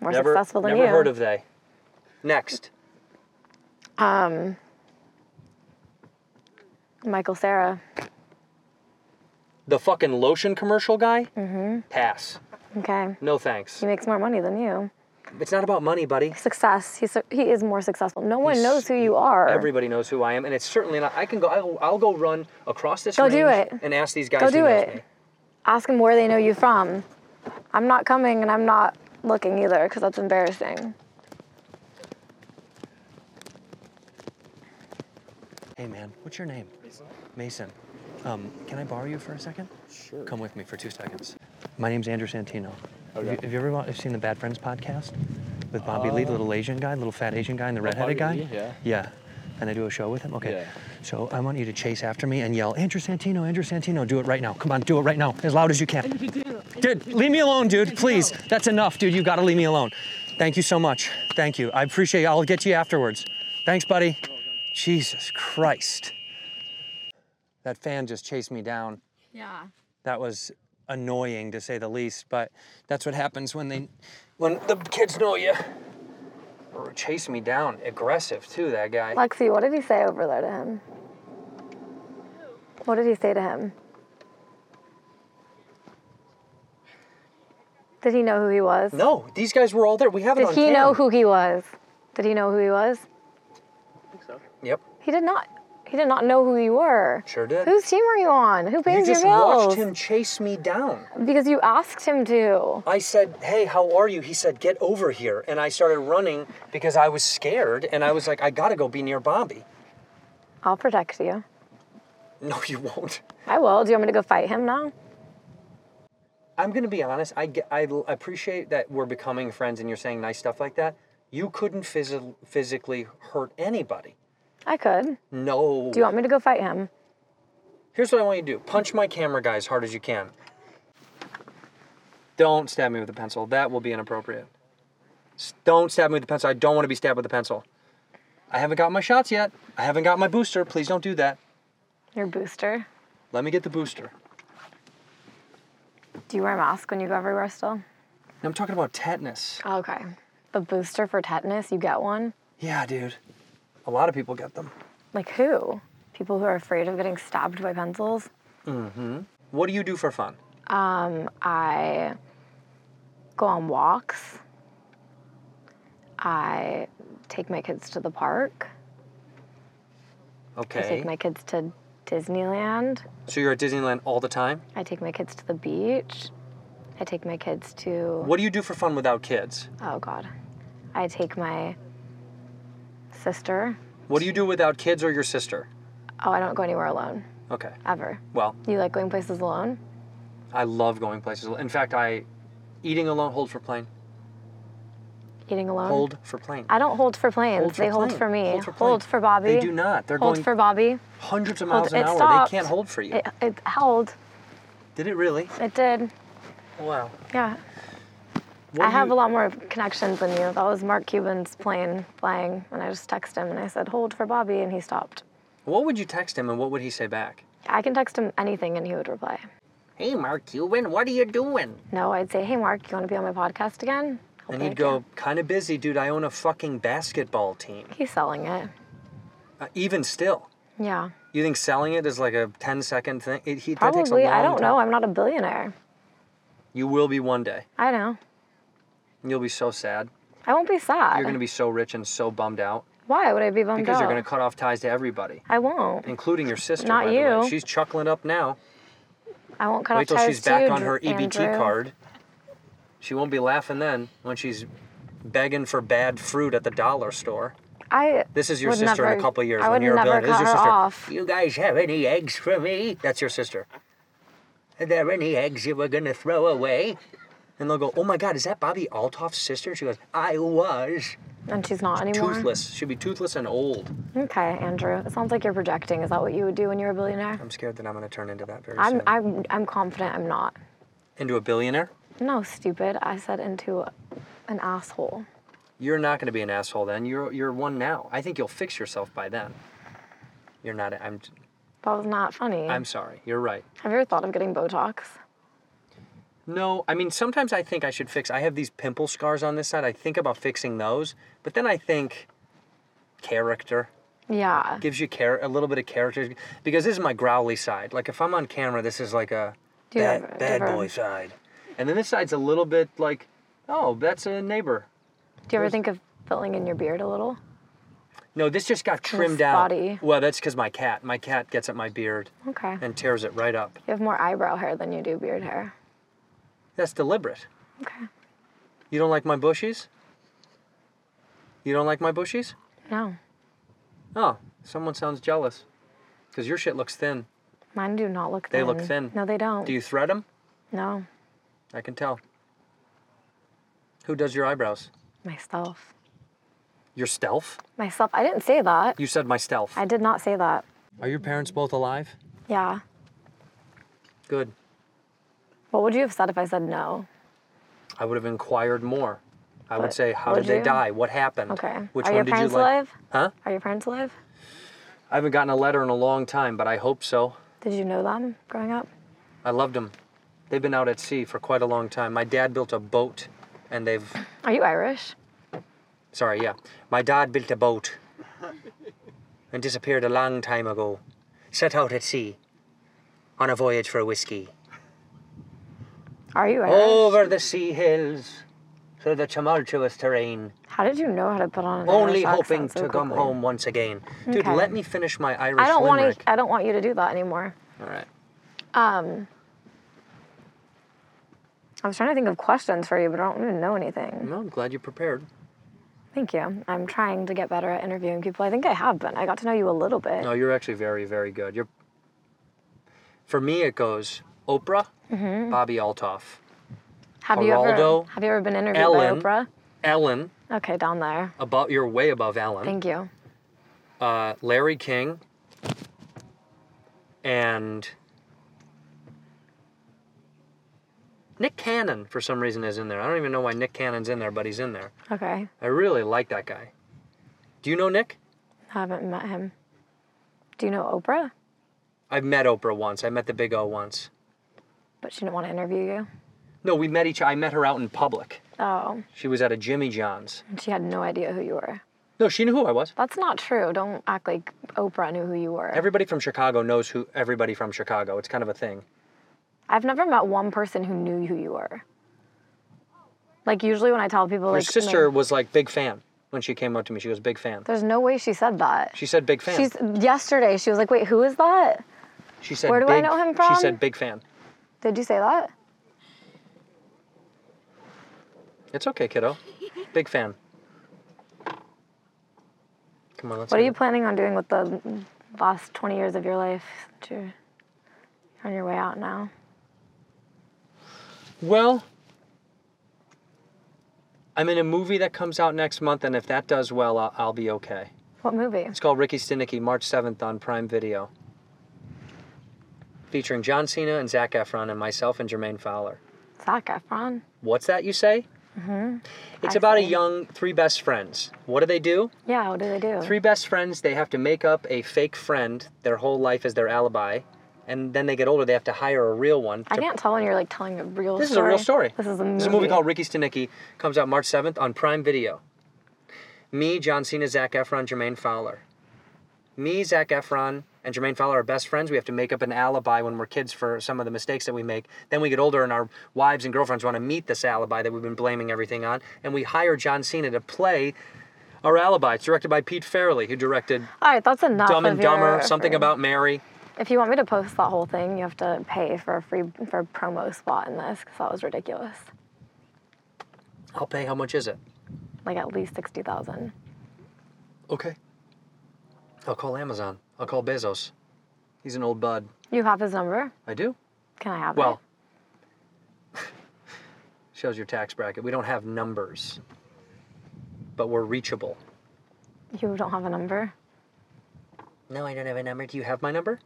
[SPEAKER 1] more
[SPEAKER 2] Never,
[SPEAKER 1] successful than
[SPEAKER 2] never
[SPEAKER 1] you.
[SPEAKER 2] heard of they. Next.
[SPEAKER 1] Michael Sarah.
[SPEAKER 2] The fucking lotion commercial guy? Mm-hmm. Pass.
[SPEAKER 1] Okay,
[SPEAKER 2] No thanks.
[SPEAKER 1] he makes more money than you.
[SPEAKER 2] It's not about money, buddy.
[SPEAKER 1] Success. He's he is more successful. No one
[SPEAKER 2] He's-
[SPEAKER 1] knows who you are.
[SPEAKER 2] Everybody knows who I am, and it's certainly not. I can go. I'll, I'll go run across this
[SPEAKER 1] Go do
[SPEAKER 2] range
[SPEAKER 1] it.
[SPEAKER 2] and ask these guys.
[SPEAKER 1] Go
[SPEAKER 2] who
[SPEAKER 1] do
[SPEAKER 2] knows
[SPEAKER 1] it.
[SPEAKER 2] Me.
[SPEAKER 1] Ask him where they know you from. I'm not coming, and I'm not looking either, because that's embarrassing.
[SPEAKER 2] Hey man, what's your name? Mason. Mason. Um, can I borrow you for a second? Sure. Come with me for two seconds. My name's Andrew Santino. Have, you, have you ever wa- seen the Bad Friends podcast with Bobby Lee, the little Asian guy, the little fat Asian guy, and the redheaded guy?
[SPEAKER 4] Bobby Lee, Uh, yeah.
[SPEAKER 2] Yeah. And I do a show with him. Okay.
[SPEAKER 4] Yeah.
[SPEAKER 2] So I want you to chase after me and yell, Andrew Santino, Andrew Santino. Do it right now. Come on, do it right now, as loud as you can. Dude, leave me alone, dude. Please. That's enough, dude. You gotta leave me alone. Thank you so much. Thank you. I appreciate it. I'll get you afterwards. Thanks, buddy. Jesus Christ. That fan just chased me down.
[SPEAKER 1] Yeah.
[SPEAKER 2] That was annoying to say the least, but that's what happens when they when the kids know you. Or chase me down. Aggressive too, that guy.
[SPEAKER 1] Lexi, what did he say over there to him? What did he say to him? Did he know who he was?
[SPEAKER 2] No, these guys were all there. We have it
[SPEAKER 1] Did
[SPEAKER 2] on
[SPEAKER 1] he
[SPEAKER 2] cam.
[SPEAKER 1] know who he was? Did he know who he was?
[SPEAKER 2] Yep,
[SPEAKER 1] He did not. He did not know who you were.
[SPEAKER 2] sure did.
[SPEAKER 1] Whose team are you on? Who
[SPEAKER 2] you
[SPEAKER 1] pays
[SPEAKER 2] just
[SPEAKER 1] your bills?
[SPEAKER 2] watched him chase me down.
[SPEAKER 1] Because you asked him to.
[SPEAKER 2] I said, "Hey, how are you?" He said, "Get over here." And I started running because I was scared and I was like, "I got to go be near Bobby." *laughs*
[SPEAKER 1] I'll protect you.
[SPEAKER 2] No, you won't.
[SPEAKER 1] I will. Do you want me to go fight him now?
[SPEAKER 2] I'm going to be honest. I, get, I l- appreciate that we're becoming friends and you're saying nice stuff like that. You couldn't phys- physically hurt anybody.
[SPEAKER 1] I could.
[SPEAKER 2] No.
[SPEAKER 1] Do you want me to go fight him?
[SPEAKER 2] Here's what I want you to do punch my camera guy as hard as you can. Don't stab me with a pencil. That will be inappropriate. S- Don't stab me with a pencil. I don't want to be stabbed with a pencil. I haven't got my shots yet. I haven't got my booster. Please don't do that.
[SPEAKER 1] Your booster.
[SPEAKER 2] Let me get the booster.
[SPEAKER 1] Do you wear a mask when you go everywhere still?
[SPEAKER 2] I'm talking about tetanus.
[SPEAKER 1] Okay. The booster for tetanus, you get one?
[SPEAKER 2] Yeah, dude. A lot of people get them.
[SPEAKER 1] Like who? People who are afraid of getting stabbed by pencils?
[SPEAKER 2] What do you do for fun?
[SPEAKER 1] Um, I go on walks. I take my kids to the park. I
[SPEAKER 2] Okay.
[SPEAKER 1] take my kids to Disneyland.
[SPEAKER 2] so you're at Disneyland all the time?
[SPEAKER 1] I take my kids to the beach. I take my kids to
[SPEAKER 2] What do you do for fun without kids?
[SPEAKER 1] oh god. I take my sister.
[SPEAKER 2] What do you do without kids or your sister?
[SPEAKER 1] Oh, I don't go anywhere alone
[SPEAKER 2] Okay.
[SPEAKER 1] ever.
[SPEAKER 2] Well,
[SPEAKER 1] You like going places alone?
[SPEAKER 2] I love going places. In fact, I eating alone hold for plane.
[SPEAKER 1] Eating alone?
[SPEAKER 2] Hold for plane.
[SPEAKER 1] I don't hold for planes.
[SPEAKER 2] Hold for
[SPEAKER 1] they hold
[SPEAKER 2] plane.
[SPEAKER 1] for me.
[SPEAKER 2] Hold for plane.
[SPEAKER 1] for Bobby.
[SPEAKER 2] They do not. They're
[SPEAKER 1] hold
[SPEAKER 2] going
[SPEAKER 1] for Bobby.
[SPEAKER 2] hundreds of
[SPEAKER 1] Hold-
[SPEAKER 2] miles an
[SPEAKER 1] it
[SPEAKER 2] hour.
[SPEAKER 1] stopped.
[SPEAKER 2] They can't hold for you.
[SPEAKER 1] It, it held.
[SPEAKER 2] Did it really?
[SPEAKER 1] It did.
[SPEAKER 2] Wow.
[SPEAKER 1] Yeah.
[SPEAKER 2] What
[SPEAKER 1] I
[SPEAKER 2] do
[SPEAKER 1] have
[SPEAKER 2] you-
[SPEAKER 1] a lot more connections than you. That was Mark Cuban's plane flying, and I just texted him and I said, hold for Bobby, and he stopped.
[SPEAKER 2] What would you text him and what would he say back?
[SPEAKER 1] I can text him anything and he would reply.
[SPEAKER 2] Hey, Mark Cuban, what are you doing?
[SPEAKER 1] No, I'd say, hey, Mark, you want to be on my podcast again? I'll
[SPEAKER 2] And
[SPEAKER 1] be
[SPEAKER 2] he'd
[SPEAKER 1] like,
[SPEAKER 2] go, kind of busy, dude. I own a fucking basketball team.
[SPEAKER 1] "Yeah." He's selling it.
[SPEAKER 2] Uh, even still,
[SPEAKER 1] Yeah.
[SPEAKER 2] you think selling it is like a 10 second thing? It, he, that takes a
[SPEAKER 1] Probably. I
[SPEAKER 2] long
[SPEAKER 1] don't
[SPEAKER 2] time.
[SPEAKER 1] know. I'm not a billionaire.
[SPEAKER 2] You will be one day.
[SPEAKER 1] I know.
[SPEAKER 2] And you'll be so sad.
[SPEAKER 1] I won't be sad.
[SPEAKER 2] You're going to be so rich and so bummed out
[SPEAKER 1] Why would I be bummed
[SPEAKER 2] because
[SPEAKER 1] out?
[SPEAKER 2] you're going to cut off ties to everybody,
[SPEAKER 1] I won't.
[SPEAKER 2] including your sister.
[SPEAKER 1] Not
[SPEAKER 2] by The way.
[SPEAKER 1] you.
[SPEAKER 2] She's chuckling up now.
[SPEAKER 1] I won't cut
[SPEAKER 2] Wait
[SPEAKER 1] off
[SPEAKER 2] till
[SPEAKER 1] ties
[SPEAKER 2] she's
[SPEAKER 1] to
[SPEAKER 2] back
[SPEAKER 1] you,
[SPEAKER 2] on her EBT
[SPEAKER 1] Andrew.
[SPEAKER 2] card. She won't be laughing then when she's begging for bad fruit at the dollar store.
[SPEAKER 1] I
[SPEAKER 2] This is your
[SPEAKER 1] would
[SPEAKER 2] sister in
[SPEAKER 1] never-
[SPEAKER 2] a couple of years
[SPEAKER 1] I
[SPEAKER 2] when
[SPEAKER 1] would
[SPEAKER 2] you're a
[SPEAKER 1] never
[SPEAKER 2] billionaire. This
[SPEAKER 1] cut
[SPEAKER 2] is your
[SPEAKER 1] her
[SPEAKER 2] sister.
[SPEAKER 1] off.
[SPEAKER 2] You guys have any eggs for me? That's your sister. Are there any eggs you were gonna throw away? And they'll go, Oh my god, is that Bobby Altoff's sister? She goes, I was.
[SPEAKER 1] And she's not anymore.
[SPEAKER 2] Toothless. She'd be toothless and old.
[SPEAKER 1] Okay, Andrew. It sounds like you're projecting. Is that what you would do when you were a billionaire?
[SPEAKER 2] I'm scared that I'm gonna turn into that very
[SPEAKER 1] I'm
[SPEAKER 2] soon.
[SPEAKER 1] I'm I'm confident I'm not.
[SPEAKER 2] into a billionaire?
[SPEAKER 1] No, stupid. I said into an asshole.
[SPEAKER 2] You're not going to be an asshole then. You're you're one now. I think you'll fix yourself by then. You're not. a- I'm.
[SPEAKER 1] That was not funny.
[SPEAKER 2] I'm sorry. You're right.
[SPEAKER 1] Have you ever thought of getting Botox?
[SPEAKER 2] No, I mean sometimes I think I should fix. I have these pimple scars on this side. I think about fixing those, but then I think character
[SPEAKER 1] Yeah.
[SPEAKER 2] gives you care a little bit of character because this is my growly side. Like if I'm on camera, this is like a
[SPEAKER 1] Do you
[SPEAKER 2] bad,
[SPEAKER 1] ever-
[SPEAKER 2] bad
[SPEAKER 1] ever-
[SPEAKER 2] boy side, and then this side's a little bit like, oh, that's a neighbor.
[SPEAKER 1] Do you ever think of filling in your beard a little?
[SPEAKER 2] No, this just got
[SPEAKER 1] kinda
[SPEAKER 2] trimmed out.
[SPEAKER 1] spotty.
[SPEAKER 2] Well, that's because my cat. My cat gets at my beard
[SPEAKER 1] Okay.
[SPEAKER 2] and tears it right up.
[SPEAKER 1] You have more eyebrow hair than you do beard hair.
[SPEAKER 2] That's deliberate.
[SPEAKER 1] Okay.
[SPEAKER 2] You don't like my bushies? You don't like my bushies?
[SPEAKER 1] No.
[SPEAKER 2] Oh, someone sounds jealous. Because your shit looks thin.
[SPEAKER 1] Mine do not look
[SPEAKER 2] They
[SPEAKER 1] thin.
[SPEAKER 2] look thin.
[SPEAKER 1] No, they don't.
[SPEAKER 2] Do you thread them?
[SPEAKER 1] No.
[SPEAKER 2] I can tell. Who does your eyebrows?
[SPEAKER 1] Myself.
[SPEAKER 2] Your stealth?
[SPEAKER 1] Myself. I didn't say that.
[SPEAKER 2] You said my stealth.
[SPEAKER 1] I did not say that.
[SPEAKER 2] Are your parents both alive?
[SPEAKER 1] Yeah.
[SPEAKER 2] Good.
[SPEAKER 1] What would you have said if I said no?
[SPEAKER 2] I would have inquired more. I would
[SPEAKER 1] But
[SPEAKER 2] say, how
[SPEAKER 1] would
[SPEAKER 2] did they
[SPEAKER 1] you?
[SPEAKER 2] die? What happened?
[SPEAKER 1] Okay.
[SPEAKER 2] Which
[SPEAKER 1] Are
[SPEAKER 2] one
[SPEAKER 1] your
[SPEAKER 2] did
[SPEAKER 1] parents
[SPEAKER 2] you like?
[SPEAKER 1] alive?
[SPEAKER 2] Huh?
[SPEAKER 1] Are your parents alive?
[SPEAKER 2] I haven't gotten a letter in a long time, but I hope so.
[SPEAKER 1] Did you know them growing up?
[SPEAKER 2] I loved them. They've been out at sea for quite a long time. My dad built a boat, and they've
[SPEAKER 1] Are you Irish?
[SPEAKER 2] Sorry, yeah. My dad built a
[SPEAKER 1] *laughs*
[SPEAKER 2] boat and disappeared a long time ago. Set out at sea on a voyage for whiskey.
[SPEAKER 1] Are you Irish?
[SPEAKER 2] Over the sea hills through the tumultuous terrain,
[SPEAKER 1] How did you know how to put on an
[SPEAKER 2] only
[SPEAKER 1] Irish
[SPEAKER 2] hoping
[SPEAKER 1] accent so
[SPEAKER 2] to come
[SPEAKER 1] quickly?
[SPEAKER 2] home once again. Dude,
[SPEAKER 1] Okay.
[SPEAKER 2] let me finish my Irish
[SPEAKER 1] I don't want
[SPEAKER 2] limerick.
[SPEAKER 1] to. I don't want you to do that anymore.
[SPEAKER 2] All right.
[SPEAKER 1] I was trying to think of questions for you, but I don't even know anything.
[SPEAKER 2] No, I'm glad you prepared.
[SPEAKER 1] Thank you. I'm trying to get better at interviewing people. I think I have been. I got to know you a little bit.
[SPEAKER 2] No, you're actually very, very good. You're. For me, it goes Oprah, Bobby Altoff,
[SPEAKER 1] Have you
[SPEAKER 2] Geraldo,
[SPEAKER 1] ever have you ever been interviewed by
[SPEAKER 2] Ellen.
[SPEAKER 1] Oprah?
[SPEAKER 2] Ellen,
[SPEAKER 1] Okay, down there.
[SPEAKER 2] above you're way above Ellen.
[SPEAKER 1] Thank you.
[SPEAKER 2] uh, Larry King and Nick Cannon for some reason is in there. I don't even know why Nick Cannon's in there, but he's in there.
[SPEAKER 1] Okay,
[SPEAKER 2] I really like that guy. Do you know Nick?
[SPEAKER 1] haven't met him. Do you know Oprah?
[SPEAKER 2] I've met Oprah once. I met the Big O once.
[SPEAKER 1] But she didn't want to interview you.
[SPEAKER 2] No, we met each I met her out in public.
[SPEAKER 1] Oh,
[SPEAKER 2] She was at a Jimmy John's.
[SPEAKER 1] and she had no idea who you were.
[SPEAKER 2] No, she knew who I was.
[SPEAKER 1] That's not true. Don't act like Oprah knew who you were.
[SPEAKER 2] Everybody from Chicago knows who everybody from Chicago. It's kind of a thing.
[SPEAKER 1] I've never met one person who knew who you were. Like usually when I tell people,
[SPEAKER 2] Her
[SPEAKER 1] like no-
[SPEAKER 2] sister was like big fan when she came up to me. She was big fan.
[SPEAKER 1] there's no way she said that.
[SPEAKER 2] She said big fan.
[SPEAKER 1] She's yesterday. She was like, "Wait, who is that?
[SPEAKER 2] She said,
[SPEAKER 1] Where do I
[SPEAKER 2] big,
[SPEAKER 1] know him
[SPEAKER 2] She
[SPEAKER 1] from?
[SPEAKER 2] said, big fan.
[SPEAKER 1] Did you say that?"
[SPEAKER 2] It's okay, kiddo. Big fan. Come on, let's.
[SPEAKER 1] What are
[SPEAKER 2] get
[SPEAKER 1] you
[SPEAKER 2] it.
[SPEAKER 1] planning on doing with the last 20 years of your life? that You're you're on your way out now.
[SPEAKER 2] Well, I'm in a movie that comes out next month, and if that does well, I'll, I'll be okay.
[SPEAKER 1] What movie?
[SPEAKER 2] It's called Ricky Stenicki, March 7th on Prime Video, featuring John Cena and Zach Efron and myself and Jermaine Fowler.
[SPEAKER 1] Zac Efron.
[SPEAKER 2] What's that you say? Mm-hmm. It's about a young three best friends. What do they do?
[SPEAKER 1] Yeah, what do they do?
[SPEAKER 2] Three best friends, they have to make up a fake friend their whole life is their alibi. And then they get older, they have to hire a real one.
[SPEAKER 1] I
[SPEAKER 2] to-
[SPEAKER 1] can't tell when you're like telling a real
[SPEAKER 2] This is a
[SPEAKER 1] story.
[SPEAKER 2] real story.
[SPEAKER 1] This is a movie.
[SPEAKER 2] This is a movie called Ricky Stenicki. Comes out March 7th on Prime Video. Me, John Cena, Zach Efron, Jermaine Fowler. Me, Zach Efron, and Jermaine Fowler are best friends. We have to make up an alibi when we're kids for some of the mistakes that we make. Then we get older and our wives and girlfriends want to meet this alibi that we've been blaming everything on. And we hire John Cena to play our alibi. It's directed by Pete Farrelly, who directed
[SPEAKER 1] All right, that's enough.
[SPEAKER 2] Dumb
[SPEAKER 1] of
[SPEAKER 2] and Dumber,
[SPEAKER 1] your-
[SPEAKER 2] Something
[SPEAKER 1] for-
[SPEAKER 2] About Mary.
[SPEAKER 1] If you want me to post that whole thing, you have to pay for a free for a promo spot in this because that was ridiculous.
[SPEAKER 2] I'll pay. How much is it?
[SPEAKER 1] Like at least sixty thousand.
[SPEAKER 2] Okay. I'll call Amazon. I'll call Bezos. He's an old bud.
[SPEAKER 1] You have his number?
[SPEAKER 2] I do.
[SPEAKER 1] Can I have it?
[SPEAKER 2] *laughs* Well, shows your tax bracket. We don't have numbers, but we're reachable.
[SPEAKER 1] you don't have a number.
[SPEAKER 2] No, I don't have a number. Do you have my number?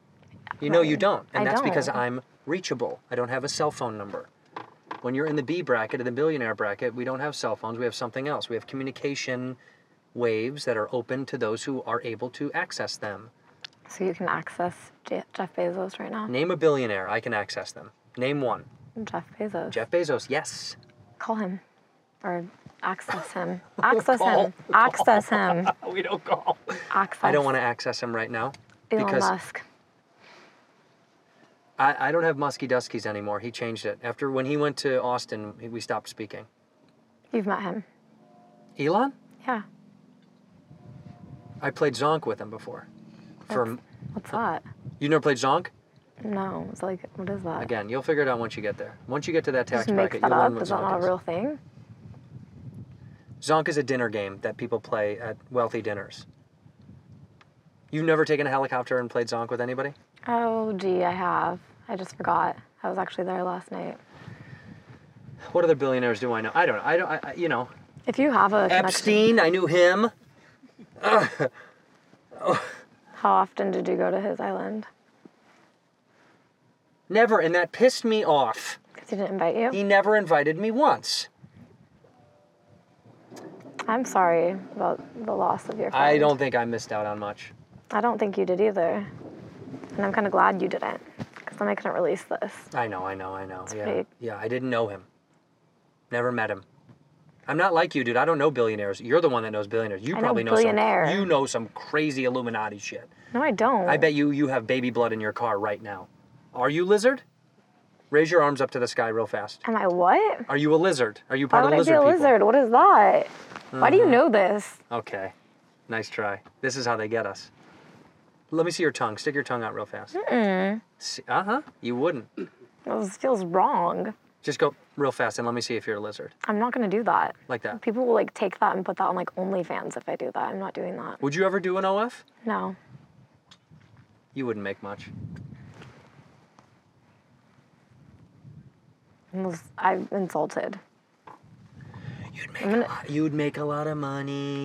[SPEAKER 2] You know you
[SPEAKER 1] Right.
[SPEAKER 2] don't, and
[SPEAKER 1] I
[SPEAKER 2] that's because
[SPEAKER 1] don't.
[SPEAKER 2] I'm reachable. I don't have a cell phone number. When you're in the B bracket or the billionaire bracket, we don't have cell phones. We have something else. We have communication waves that are open to those who are able to access them.
[SPEAKER 1] So you can access Je- Jeff Bezos right now.
[SPEAKER 2] Name a billionaire, I can access them. Name one.
[SPEAKER 1] Jeff Bezos.
[SPEAKER 2] Jeff Bezos, yes.
[SPEAKER 1] Call him or access him. Access
[SPEAKER 2] *laughs* Call.
[SPEAKER 1] him. Access him.
[SPEAKER 2] *laughs* We don't call.
[SPEAKER 1] Access.
[SPEAKER 2] I don't want to access him right now
[SPEAKER 1] Elon
[SPEAKER 2] because
[SPEAKER 1] Musk.
[SPEAKER 2] I, I don't have Muskie Duskies anymore. He changed it. After when he went to Austin, he- we stopped speaking.
[SPEAKER 1] You've met him.
[SPEAKER 2] Elon?
[SPEAKER 1] Yeah.
[SPEAKER 2] I played Zonk with him before. For
[SPEAKER 1] What's that?
[SPEAKER 2] you never played Zonk?
[SPEAKER 1] No. It's like what is that?
[SPEAKER 2] Again, you'll figure it out once you get there. Once you get to that tax
[SPEAKER 1] Just make
[SPEAKER 2] bracket, you'll
[SPEAKER 1] that
[SPEAKER 2] learn
[SPEAKER 1] up.
[SPEAKER 2] what
[SPEAKER 1] Is that
[SPEAKER 2] Zonk
[SPEAKER 1] not
[SPEAKER 2] is.
[SPEAKER 1] a real thing?
[SPEAKER 2] Zonk is a dinner game that people play at wealthy dinners. You've never taken a helicopter and played Zonk with anybody?
[SPEAKER 1] Oh gee, I have. I just forgot. I was actually there last night.
[SPEAKER 2] What other billionaires do I know? I don't know. I don't. I, I, you know,
[SPEAKER 1] If you have a connection,
[SPEAKER 2] Epstein. I knew him.
[SPEAKER 1] how often did you go to his island?
[SPEAKER 2] Never, and that pissed me off.
[SPEAKER 1] Because he didn't invite you.
[SPEAKER 2] He never invited me once.
[SPEAKER 1] I'm sorry about the loss of your friend.
[SPEAKER 2] I don't think I missed out on much.
[SPEAKER 1] I don't think you did either. And I'm kind of glad you didn't, because then I couldn't release this.
[SPEAKER 2] I know, I know, I know. yeah.
[SPEAKER 1] fake.
[SPEAKER 2] Yeah, I didn't know him. Never met him. I'm not like you, dude. I don't know billionaires. You're the one that knows billionaires. You
[SPEAKER 1] I know
[SPEAKER 2] probably know,
[SPEAKER 1] billionaire.
[SPEAKER 2] some. You know some crazy Illuminati shit.
[SPEAKER 1] No, I don't.
[SPEAKER 2] I bet you you have baby blood in your car right now. Are you lizard? Raise your arms up to the sky real fast.
[SPEAKER 1] Am I what?
[SPEAKER 2] Are you a lizard? Are you
[SPEAKER 1] Why
[SPEAKER 2] part
[SPEAKER 1] would I be
[SPEAKER 2] of lizard
[SPEAKER 1] a
[SPEAKER 2] people? Mm-hmm.
[SPEAKER 1] lizard? What is that? Why do you know this?
[SPEAKER 2] Okay. Nice try. This is how they get us. Let me see your tongue. Stick your tongue out real fast.
[SPEAKER 1] Hmm.
[SPEAKER 2] Uh huh. You wouldn't.
[SPEAKER 1] This feels wrong.
[SPEAKER 2] Just go real fast and let me see if you're a lizard.
[SPEAKER 1] I'm not gonna do that.
[SPEAKER 2] Like that.
[SPEAKER 1] People will like take that and put that on like OnlyFans if I do that. I'm not doing that.
[SPEAKER 2] Would you ever do an OF?
[SPEAKER 1] No.
[SPEAKER 2] You wouldn't make much.
[SPEAKER 1] was I'm insulted.
[SPEAKER 2] You'd make, a lot, you'd make a lot of money.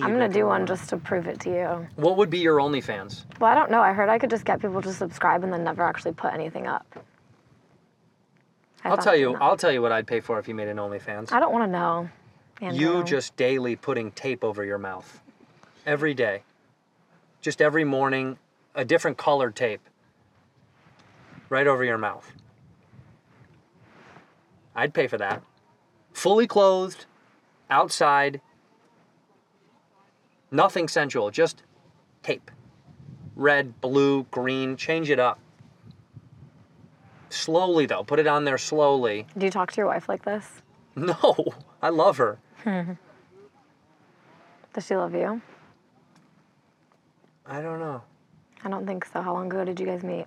[SPEAKER 1] I'm
[SPEAKER 2] you'd
[SPEAKER 1] gonna
[SPEAKER 2] make a
[SPEAKER 1] do
[SPEAKER 2] lot
[SPEAKER 1] one
[SPEAKER 2] of-
[SPEAKER 1] just to prove it to you.
[SPEAKER 2] What would be your OnlyFans?
[SPEAKER 1] Well, I don't know. I heard I could just get people to subscribe and then never actually put anything up. I
[SPEAKER 2] I'll
[SPEAKER 1] thought
[SPEAKER 2] tell you.
[SPEAKER 1] that.
[SPEAKER 2] I'll tell you what I'd pay for if you made an OnlyFans.
[SPEAKER 1] I don't want to know.
[SPEAKER 2] You
[SPEAKER 1] Andrew.
[SPEAKER 2] just daily putting tape over your mouth, every day, just every morning, a different colored tape, right over your mouth. I'd pay for that, fully clothed, outside. Nothing sensual, just tape. Red, blue, green, change it up. Slowly though, put it on there slowly. *laughs*
[SPEAKER 1] Do you talk to your wife like this?
[SPEAKER 2] No, I love her.
[SPEAKER 1] Does she love you?
[SPEAKER 2] I don't know.
[SPEAKER 1] I don't think so. How long ago did you guys meet?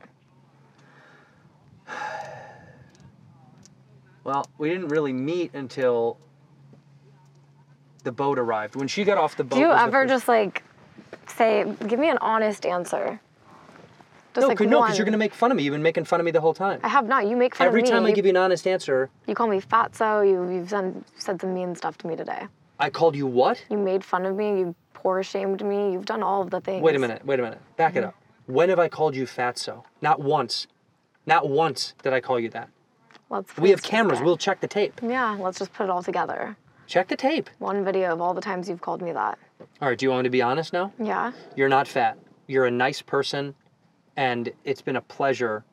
[SPEAKER 2] Well, we didn't really meet until the boat arrived. When she got off the boat,
[SPEAKER 1] Do you
[SPEAKER 2] was the
[SPEAKER 1] ever
[SPEAKER 2] first-
[SPEAKER 1] just like say, give me an honest answer? Just
[SPEAKER 2] no,
[SPEAKER 1] like
[SPEAKER 2] cause, no, because
[SPEAKER 1] one.
[SPEAKER 2] you're gonna make fun of me. You've been making fun of me the whole time.
[SPEAKER 1] I have not. You make fun
[SPEAKER 2] Every
[SPEAKER 1] of me.
[SPEAKER 2] time I give you an honest answer,
[SPEAKER 1] You call me fatso. You, you've done, said some mean stuff to me today.
[SPEAKER 2] I called you what?
[SPEAKER 1] You made fun of me. You poor shamed me. You've done all of the things.
[SPEAKER 2] Wait a minute. Wait a minute. Back
[SPEAKER 1] Mm-hmm.
[SPEAKER 2] it up. When have I called you fatso? Not once. Not once did I call you that.
[SPEAKER 1] Let's.
[SPEAKER 2] We have
[SPEAKER 1] let's just
[SPEAKER 2] cameras.
[SPEAKER 1] get-
[SPEAKER 2] We'll check the tape.
[SPEAKER 1] Yeah. Let's just put it all together.
[SPEAKER 2] Check the tape.
[SPEAKER 1] One video of all the times you've called me that.
[SPEAKER 2] All right. Do you want me to be honest now?
[SPEAKER 1] Yeah.
[SPEAKER 2] You're not fat. You're a nice person, and it's been a pleasure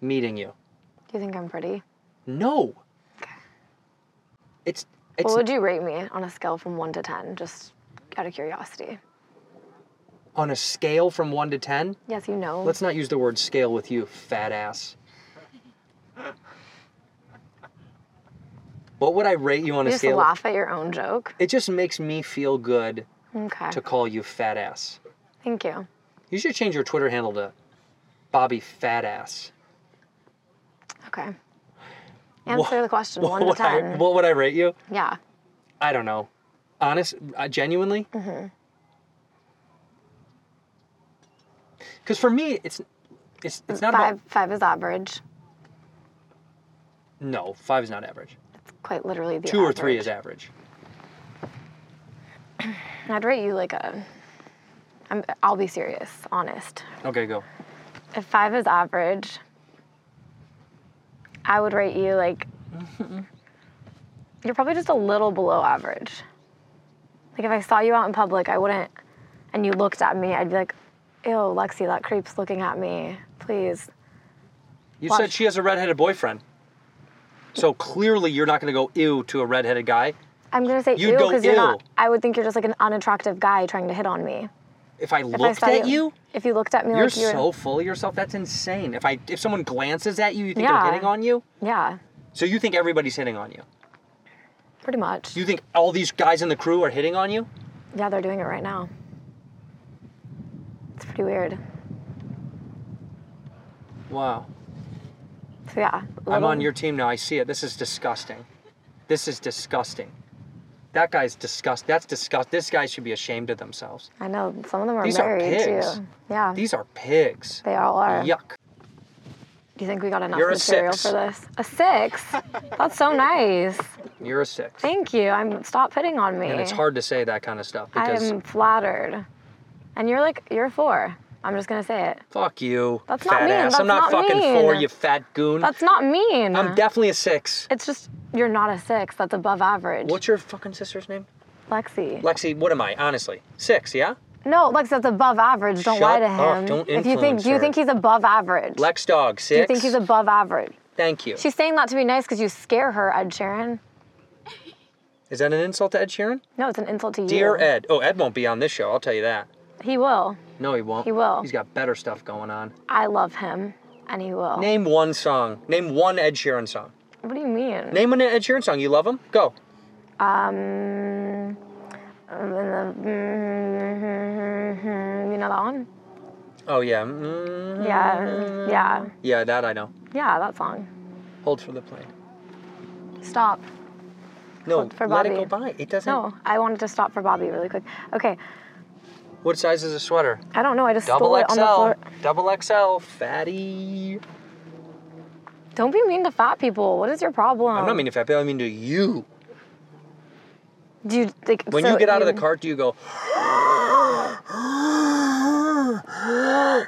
[SPEAKER 2] meeting you.
[SPEAKER 1] Do you think I'm pretty?
[SPEAKER 2] No. It's it's
[SPEAKER 1] What would you rate me on a scale from one to ten, just out of curiosity?
[SPEAKER 2] on a scale from one to ten.
[SPEAKER 1] Yes, you know.
[SPEAKER 2] Let's not use the word scale with you, fat ass. What would I rate you on
[SPEAKER 1] you
[SPEAKER 2] a
[SPEAKER 1] just
[SPEAKER 2] scale?
[SPEAKER 1] laugh at your own joke.
[SPEAKER 2] It just makes me feel good
[SPEAKER 1] Okay.
[SPEAKER 2] to call you fat ass.
[SPEAKER 1] Thank you.
[SPEAKER 2] You should change your Twitter handle to Bobby Fat Ass. *laughs*
[SPEAKER 1] Okay. Answer the question. one to
[SPEAKER 2] would I-
[SPEAKER 1] ten.
[SPEAKER 2] what would I rate you?
[SPEAKER 1] yeah.
[SPEAKER 2] I don't know. Honest, uh, genuinely. Because
[SPEAKER 1] Mm-hmm.
[SPEAKER 2] for me, it's it's it's not
[SPEAKER 1] Five.
[SPEAKER 2] about
[SPEAKER 1] Five is average.
[SPEAKER 2] no five is not average.
[SPEAKER 1] Quite literally the
[SPEAKER 2] Two or three is
[SPEAKER 1] average.
[SPEAKER 2] average.
[SPEAKER 1] I'd rate you like a. I'm, I'll be serious, honest.
[SPEAKER 2] Okay, go.
[SPEAKER 1] If five is average, I would rate you like. You're probably just a little below average. Like if I saw you out in public, I wouldn't, and you looked at me, I'd be like, "Ew, Lexi, that creep's looking at me. Please."
[SPEAKER 2] You
[SPEAKER 1] Watch.
[SPEAKER 2] said she has a redheaded boyfriend. So clearly, you're not going to go ew to a redheaded guy.
[SPEAKER 1] I'm gonna say
[SPEAKER 2] You'd
[SPEAKER 1] ew
[SPEAKER 2] go,
[SPEAKER 1] because you're not.
[SPEAKER 2] "Ew."
[SPEAKER 1] I would think you're just like an unattractive guy trying to hit on me.
[SPEAKER 2] If I
[SPEAKER 1] If
[SPEAKER 2] looked
[SPEAKER 1] I saw
[SPEAKER 2] at you,
[SPEAKER 1] if you looked at me
[SPEAKER 2] you're
[SPEAKER 1] like you were,
[SPEAKER 2] so full of yourself. That's insane. If I if someone glances at you, you think
[SPEAKER 1] Yeah.
[SPEAKER 2] they're hitting on you.
[SPEAKER 1] yeah,
[SPEAKER 2] So you think everybody's hitting on you?
[SPEAKER 1] pretty much.
[SPEAKER 2] You think all these guys in the crew are hitting on you?
[SPEAKER 1] Yeah, they're doing it right now. It's pretty weird.
[SPEAKER 2] Wow.
[SPEAKER 1] So yeah.
[SPEAKER 2] I'm
[SPEAKER 1] little-
[SPEAKER 2] on your team now. I see it. This is disgusting. This is disgusting. That guy's disgust. That's disgust. This guy should be ashamed of themselves.
[SPEAKER 1] I know some of them are
[SPEAKER 2] These are
[SPEAKER 1] married
[SPEAKER 2] pigs.
[SPEAKER 1] too. Yeah,
[SPEAKER 2] These are pigs.
[SPEAKER 1] they all are.
[SPEAKER 2] Yuck.
[SPEAKER 1] Do you think we got enough
[SPEAKER 2] You're a
[SPEAKER 1] material
[SPEAKER 2] six.
[SPEAKER 1] for this? A six. That's so nice.
[SPEAKER 2] You're a six.
[SPEAKER 1] Thank you. I'm stop hitting on me.
[SPEAKER 2] And it's hard to say that kind of stuff
[SPEAKER 1] I
[SPEAKER 2] because
[SPEAKER 1] am flattered. And you're like you're a four. I'm just gonna say it.
[SPEAKER 2] fuck you,
[SPEAKER 1] That's not
[SPEAKER 2] fat
[SPEAKER 1] mean,
[SPEAKER 2] ass. I'm
[SPEAKER 1] that's
[SPEAKER 2] not,
[SPEAKER 1] not
[SPEAKER 2] fucking four,
[SPEAKER 1] mean.
[SPEAKER 2] you fat goon.
[SPEAKER 1] That's not mean.
[SPEAKER 2] I'm definitely a six.
[SPEAKER 1] it's just you're not a six. That's above average.
[SPEAKER 2] What's your fucking sister's name?
[SPEAKER 1] Lexi.
[SPEAKER 2] Lexi. What am I? Honestly, six. Yeah.
[SPEAKER 1] no, Lexi. That's above average. Don't
[SPEAKER 2] Shut
[SPEAKER 1] lie to him.
[SPEAKER 2] up. Don't
[SPEAKER 1] if you think,
[SPEAKER 2] influence
[SPEAKER 1] do you
[SPEAKER 2] her.
[SPEAKER 1] think he's above average?
[SPEAKER 2] Lex dog. Six.
[SPEAKER 1] do you think he's above average?
[SPEAKER 2] Thank you.
[SPEAKER 1] She's saying that to be nice because you scare her, Ed Sheeran.
[SPEAKER 2] Is that an insult to Ed Sheeran?
[SPEAKER 1] No, it's an insult to you.
[SPEAKER 2] Dear Ed. Oh, Ed won't be on this show. I'll tell you that.
[SPEAKER 1] He will.
[SPEAKER 2] No, he won't.
[SPEAKER 1] He will.
[SPEAKER 2] He's got better stuff going on.
[SPEAKER 1] I love him, and he will.
[SPEAKER 2] Name one song. Name one Ed Sheeran song.
[SPEAKER 1] what do you mean?
[SPEAKER 2] Name an Ed Sheeran song. You love him? Go.
[SPEAKER 1] Um, Mm-hmm. you know that one?
[SPEAKER 2] Oh yeah. Mm,
[SPEAKER 1] Yeah, yeah,
[SPEAKER 2] yeah, that I know.
[SPEAKER 1] yeah. That song.
[SPEAKER 2] Hold for the plane.
[SPEAKER 1] Stop.
[SPEAKER 2] No,
[SPEAKER 1] Hold for
[SPEAKER 2] let it
[SPEAKER 1] Bobby.
[SPEAKER 2] go by. It doesn't.
[SPEAKER 1] No, I wanted to stop for Bobby really quick. Okay,
[SPEAKER 2] What size is a sweater?
[SPEAKER 1] I don't know. I just
[SPEAKER 2] Double
[SPEAKER 1] stole it on the
[SPEAKER 2] XL.
[SPEAKER 1] floor.
[SPEAKER 2] Double XL. Fatty.
[SPEAKER 1] Don't be mean to fat people. What is your problem?
[SPEAKER 2] I'm not mean to fat people. I mean to you.
[SPEAKER 1] Do you like
[SPEAKER 2] When
[SPEAKER 1] so
[SPEAKER 2] you get out of
[SPEAKER 1] you-
[SPEAKER 2] the cart, do you go? *gasps*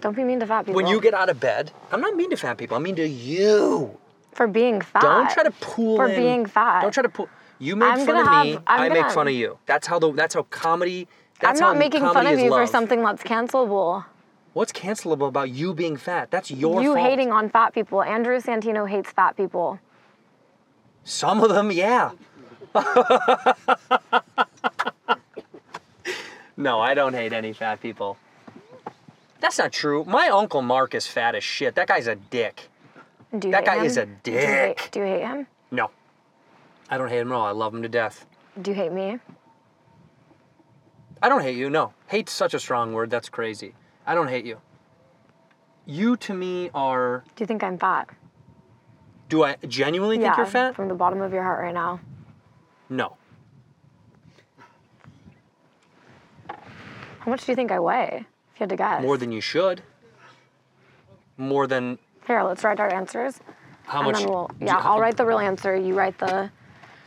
[SPEAKER 1] Don't be mean to fat people.
[SPEAKER 2] When you get out of bed, I'm not mean to fat people. I mean to you.
[SPEAKER 1] for being fat.
[SPEAKER 2] Don't try to pull
[SPEAKER 1] For
[SPEAKER 2] in-
[SPEAKER 1] being fat.
[SPEAKER 2] Don't try to pull. You make
[SPEAKER 1] I'm
[SPEAKER 2] fun of
[SPEAKER 1] gonna have-
[SPEAKER 2] me.
[SPEAKER 1] I'm
[SPEAKER 2] I make
[SPEAKER 1] gonna-
[SPEAKER 2] fun of you. That's how the. That's how comedy.
[SPEAKER 1] I'm
[SPEAKER 2] That's
[SPEAKER 1] not
[SPEAKER 2] how
[SPEAKER 1] making fun
[SPEAKER 2] comedy
[SPEAKER 1] of
[SPEAKER 2] is
[SPEAKER 1] you for
[SPEAKER 2] love.
[SPEAKER 1] something that's cancelable.
[SPEAKER 2] What's cancelable about you being fat? That's your
[SPEAKER 1] you
[SPEAKER 2] fault.
[SPEAKER 1] hating on fat people. Andrew Santino hates fat people.
[SPEAKER 2] Some of them, yeah. *laughs* no, I don't hate any fat people. That's not true. My uncle Mark is fat as shit. That guy's a dick.
[SPEAKER 1] Do you
[SPEAKER 2] That
[SPEAKER 1] hate
[SPEAKER 2] guy
[SPEAKER 1] him?
[SPEAKER 2] is a
[SPEAKER 1] Do you hate-
[SPEAKER 2] dick.
[SPEAKER 1] Do you hate him?
[SPEAKER 2] No. I don't hate him at all. I love him to death.
[SPEAKER 1] Do you hate me?
[SPEAKER 2] I don't hate you. No. Hate's such a strong word. That's crazy. I don't hate you. You to me are.
[SPEAKER 1] Do you think I'm fat?
[SPEAKER 2] Do I genuinely think
[SPEAKER 1] yeah,
[SPEAKER 2] you're fat?
[SPEAKER 1] from the bottom of your heart right now.
[SPEAKER 2] No.
[SPEAKER 1] How much do you think I weigh? If you had to guess.
[SPEAKER 2] More than you should. More than
[SPEAKER 1] Here, let's write our answers.
[SPEAKER 2] how
[SPEAKER 1] and
[SPEAKER 2] much?
[SPEAKER 1] then we'll yeah, I'll write the real answer. You write the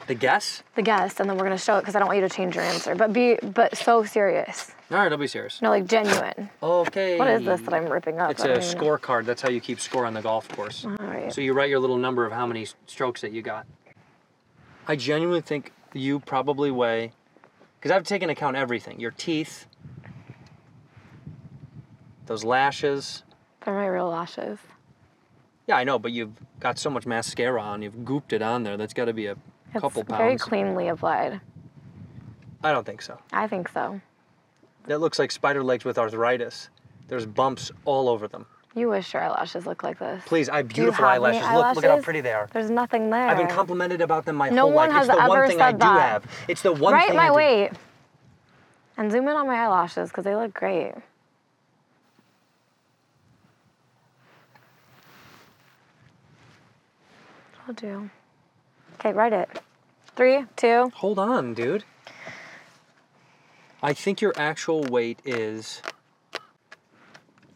[SPEAKER 2] The guess?
[SPEAKER 1] the guess, and then we're gonna show it because I don't want you to change your answer. But be but so serious.
[SPEAKER 2] All right, I'll be serious.
[SPEAKER 1] No, like genuine.
[SPEAKER 2] Okay.
[SPEAKER 1] What is this that I'm ripping up?
[SPEAKER 2] It's
[SPEAKER 1] I Mm-hmm.
[SPEAKER 2] a
[SPEAKER 1] don't even know.
[SPEAKER 2] scorecard. That's how you keep score on the golf course.
[SPEAKER 1] All right.
[SPEAKER 2] So you write your little number of how many s- strokes that you got. I genuinely think you probably weigh, because I've taken account everything: your teeth, those lashes.
[SPEAKER 1] They're my real lashes.
[SPEAKER 2] Yeah, I know, but you've got so much mascara on. You've gooped it on there. That's got to be a
[SPEAKER 1] It's
[SPEAKER 2] couple pounds.
[SPEAKER 1] very cleanly applied.
[SPEAKER 2] I don't think so.
[SPEAKER 1] I think so.
[SPEAKER 2] That looks like spider legs with arthritis. There's bumps all over them.
[SPEAKER 1] You wish your eyelashes looked like this.
[SPEAKER 2] Please, I have
[SPEAKER 1] Do you
[SPEAKER 2] beautiful
[SPEAKER 1] have any
[SPEAKER 2] eyelashes. Look, look at how
[SPEAKER 1] eyelashes?
[SPEAKER 2] pretty they are.
[SPEAKER 1] There's nothing there.
[SPEAKER 2] I've been complimented about them my
[SPEAKER 1] No
[SPEAKER 2] whole
[SPEAKER 1] one
[SPEAKER 2] life.
[SPEAKER 1] has
[SPEAKER 2] it's the one
[SPEAKER 1] ever
[SPEAKER 2] thing I do
[SPEAKER 1] said that.
[SPEAKER 2] have. It's the one
[SPEAKER 1] Right
[SPEAKER 2] thing
[SPEAKER 1] my
[SPEAKER 2] I do-
[SPEAKER 1] weight. And zoom in on my eyelashes because they look great. I'll do. Okay, write it. Three, two.
[SPEAKER 2] Hold on, dude. I think your actual weight is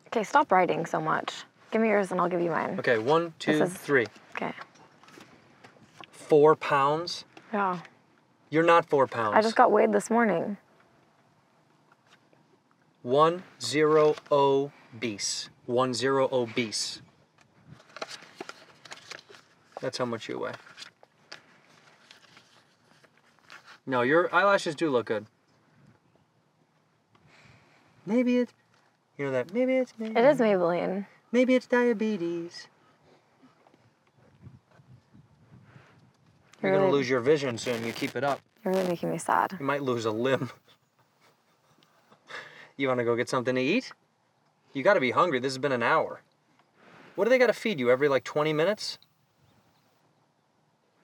[SPEAKER 1] Okay, stop writing so much. Give me yours and I'll give you mine.
[SPEAKER 2] okay. One, two,
[SPEAKER 1] is-
[SPEAKER 2] three,
[SPEAKER 1] Okay.
[SPEAKER 2] four pounds.
[SPEAKER 1] Yeah.
[SPEAKER 2] You're not four pounds.
[SPEAKER 1] I just got weighed this morning.
[SPEAKER 2] one zero obese. One zero obese. That's how much you weigh. No, your eyelashes do look good. Maybe it's, you know that. Maybe it's me.
[SPEAKER 1] It is Maybelline.
[SPEAKER 2] Maybe it's diabetes. You're gonna
[SPEAKER 1] Really?
[SPEAKER 2] lose your vision soon. You keep it up.
[SPEAKER 1] You're really making me sad.
[SPEAKER 2] You might lose a limb. *laughs* you wanna go get something to eat? You gotta be hungry. This has been an hour. What do they gotta feed you every like 20 minutes?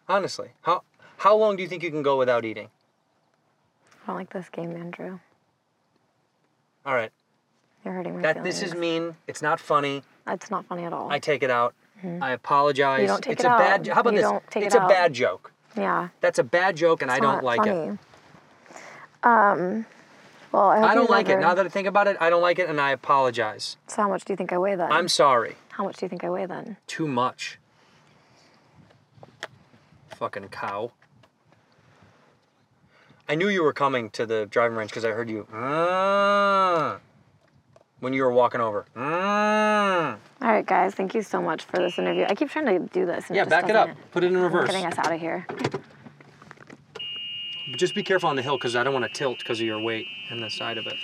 [SPEAKER 2] Honestly, how how long do you think you can go without eating?
[SPEAKER 1] I don't like this game, Andrew.
[SPEAKER 2] All right,
[SPEAKER 1] You're hurting my
[SPEAKER 2] that
[SPEAKER 1] feelings.
[SPEAKER 2] this is mean. It's not funny.
[SPEAKER 1] It's not funny at all.
[SPEAKER 2] I take it out. I apologize.
[SPEAKER 1] Mm-hmm. You don't take
[SPEAKER 2] it's
[SPEAKER 1] it
[SPEAKER 2] a
[SPEAKER 1] out.
[SPEAKER 2] bad. How about
[SPEAKER 1] You
[SPEAKER 2] this?
[SPEAKER 1] don't take it
[SPEAKER 2] it's a
[SPEAKER 1] out.
[SPEAKER 2] bad joke.
[SPEAKER 1] yeah.
[SPEAKER 2] That's a bad joke, and I don't
[SPEAKER 1] not
[SPEAKER 2] like it.
[SPEAKER 1] funny. Um. Well, I, hope
[SPEAKER 2] I
[SPEAKER 1] you
[SPEAKER 2] don't like it.
[SPEAKER 1] never-
[SPEAKER 2] Now that I think about it, I don't like it and I apologize.
[SPEAKER 1] so how much do you think I weigh then?
[SPEAKER 2] I'm sorry.
[SPEAKER 1] how much do you think I weigh then?
[SPEAKER 2] Too much. Fucking cow. I knew you were coming to the driving range because I heard you "Mm," when you were walking over. "Mm."
[SPEAKER 1] All right, guys. Thank you so much for this interview. I keep trying to do this. And
[SPEAKER 2] Yeah,
[SPEAKER 1] just
[SPEAKER 2] back it up.
[SPEAKER 1] doesn't.
[SPEAKER 2] Put it in
[SPEAKER 1] I'm
[SPEAKER 2] reverse.
[SPEAKER 1] Getting us out of here.
[SPEAKER 2] Just be careful on the hill because I don't want to tilt because of your weight and the side of it.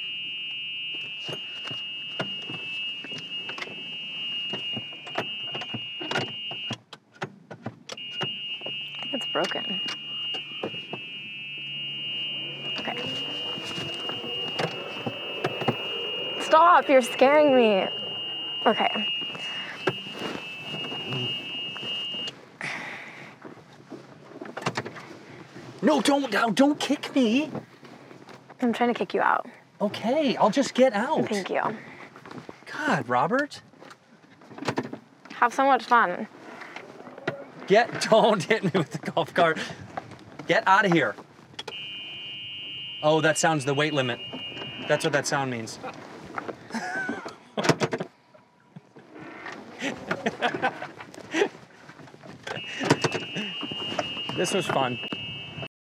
[SPEAKER 1] I think it's broken. Okay. Stop! You're scaring me. Okay.
[SPEAKER 2] No, don't, don't- don't kick me.
[SPEAKER 1] I'm trying to kick you out.
[SPEAKER 2] Okay, I'll just get out.
[SPEAKER 1] Thank you.
[SPEAKER 2] God, Robert.
[SPEAKER 1] Have so much fun.
[SPEAKER 2] Get *laughs* don't hit me with the golf cart. Get out of here. Oh, that sounds the weight limit. That's what that sound means. *laughs* This was fun.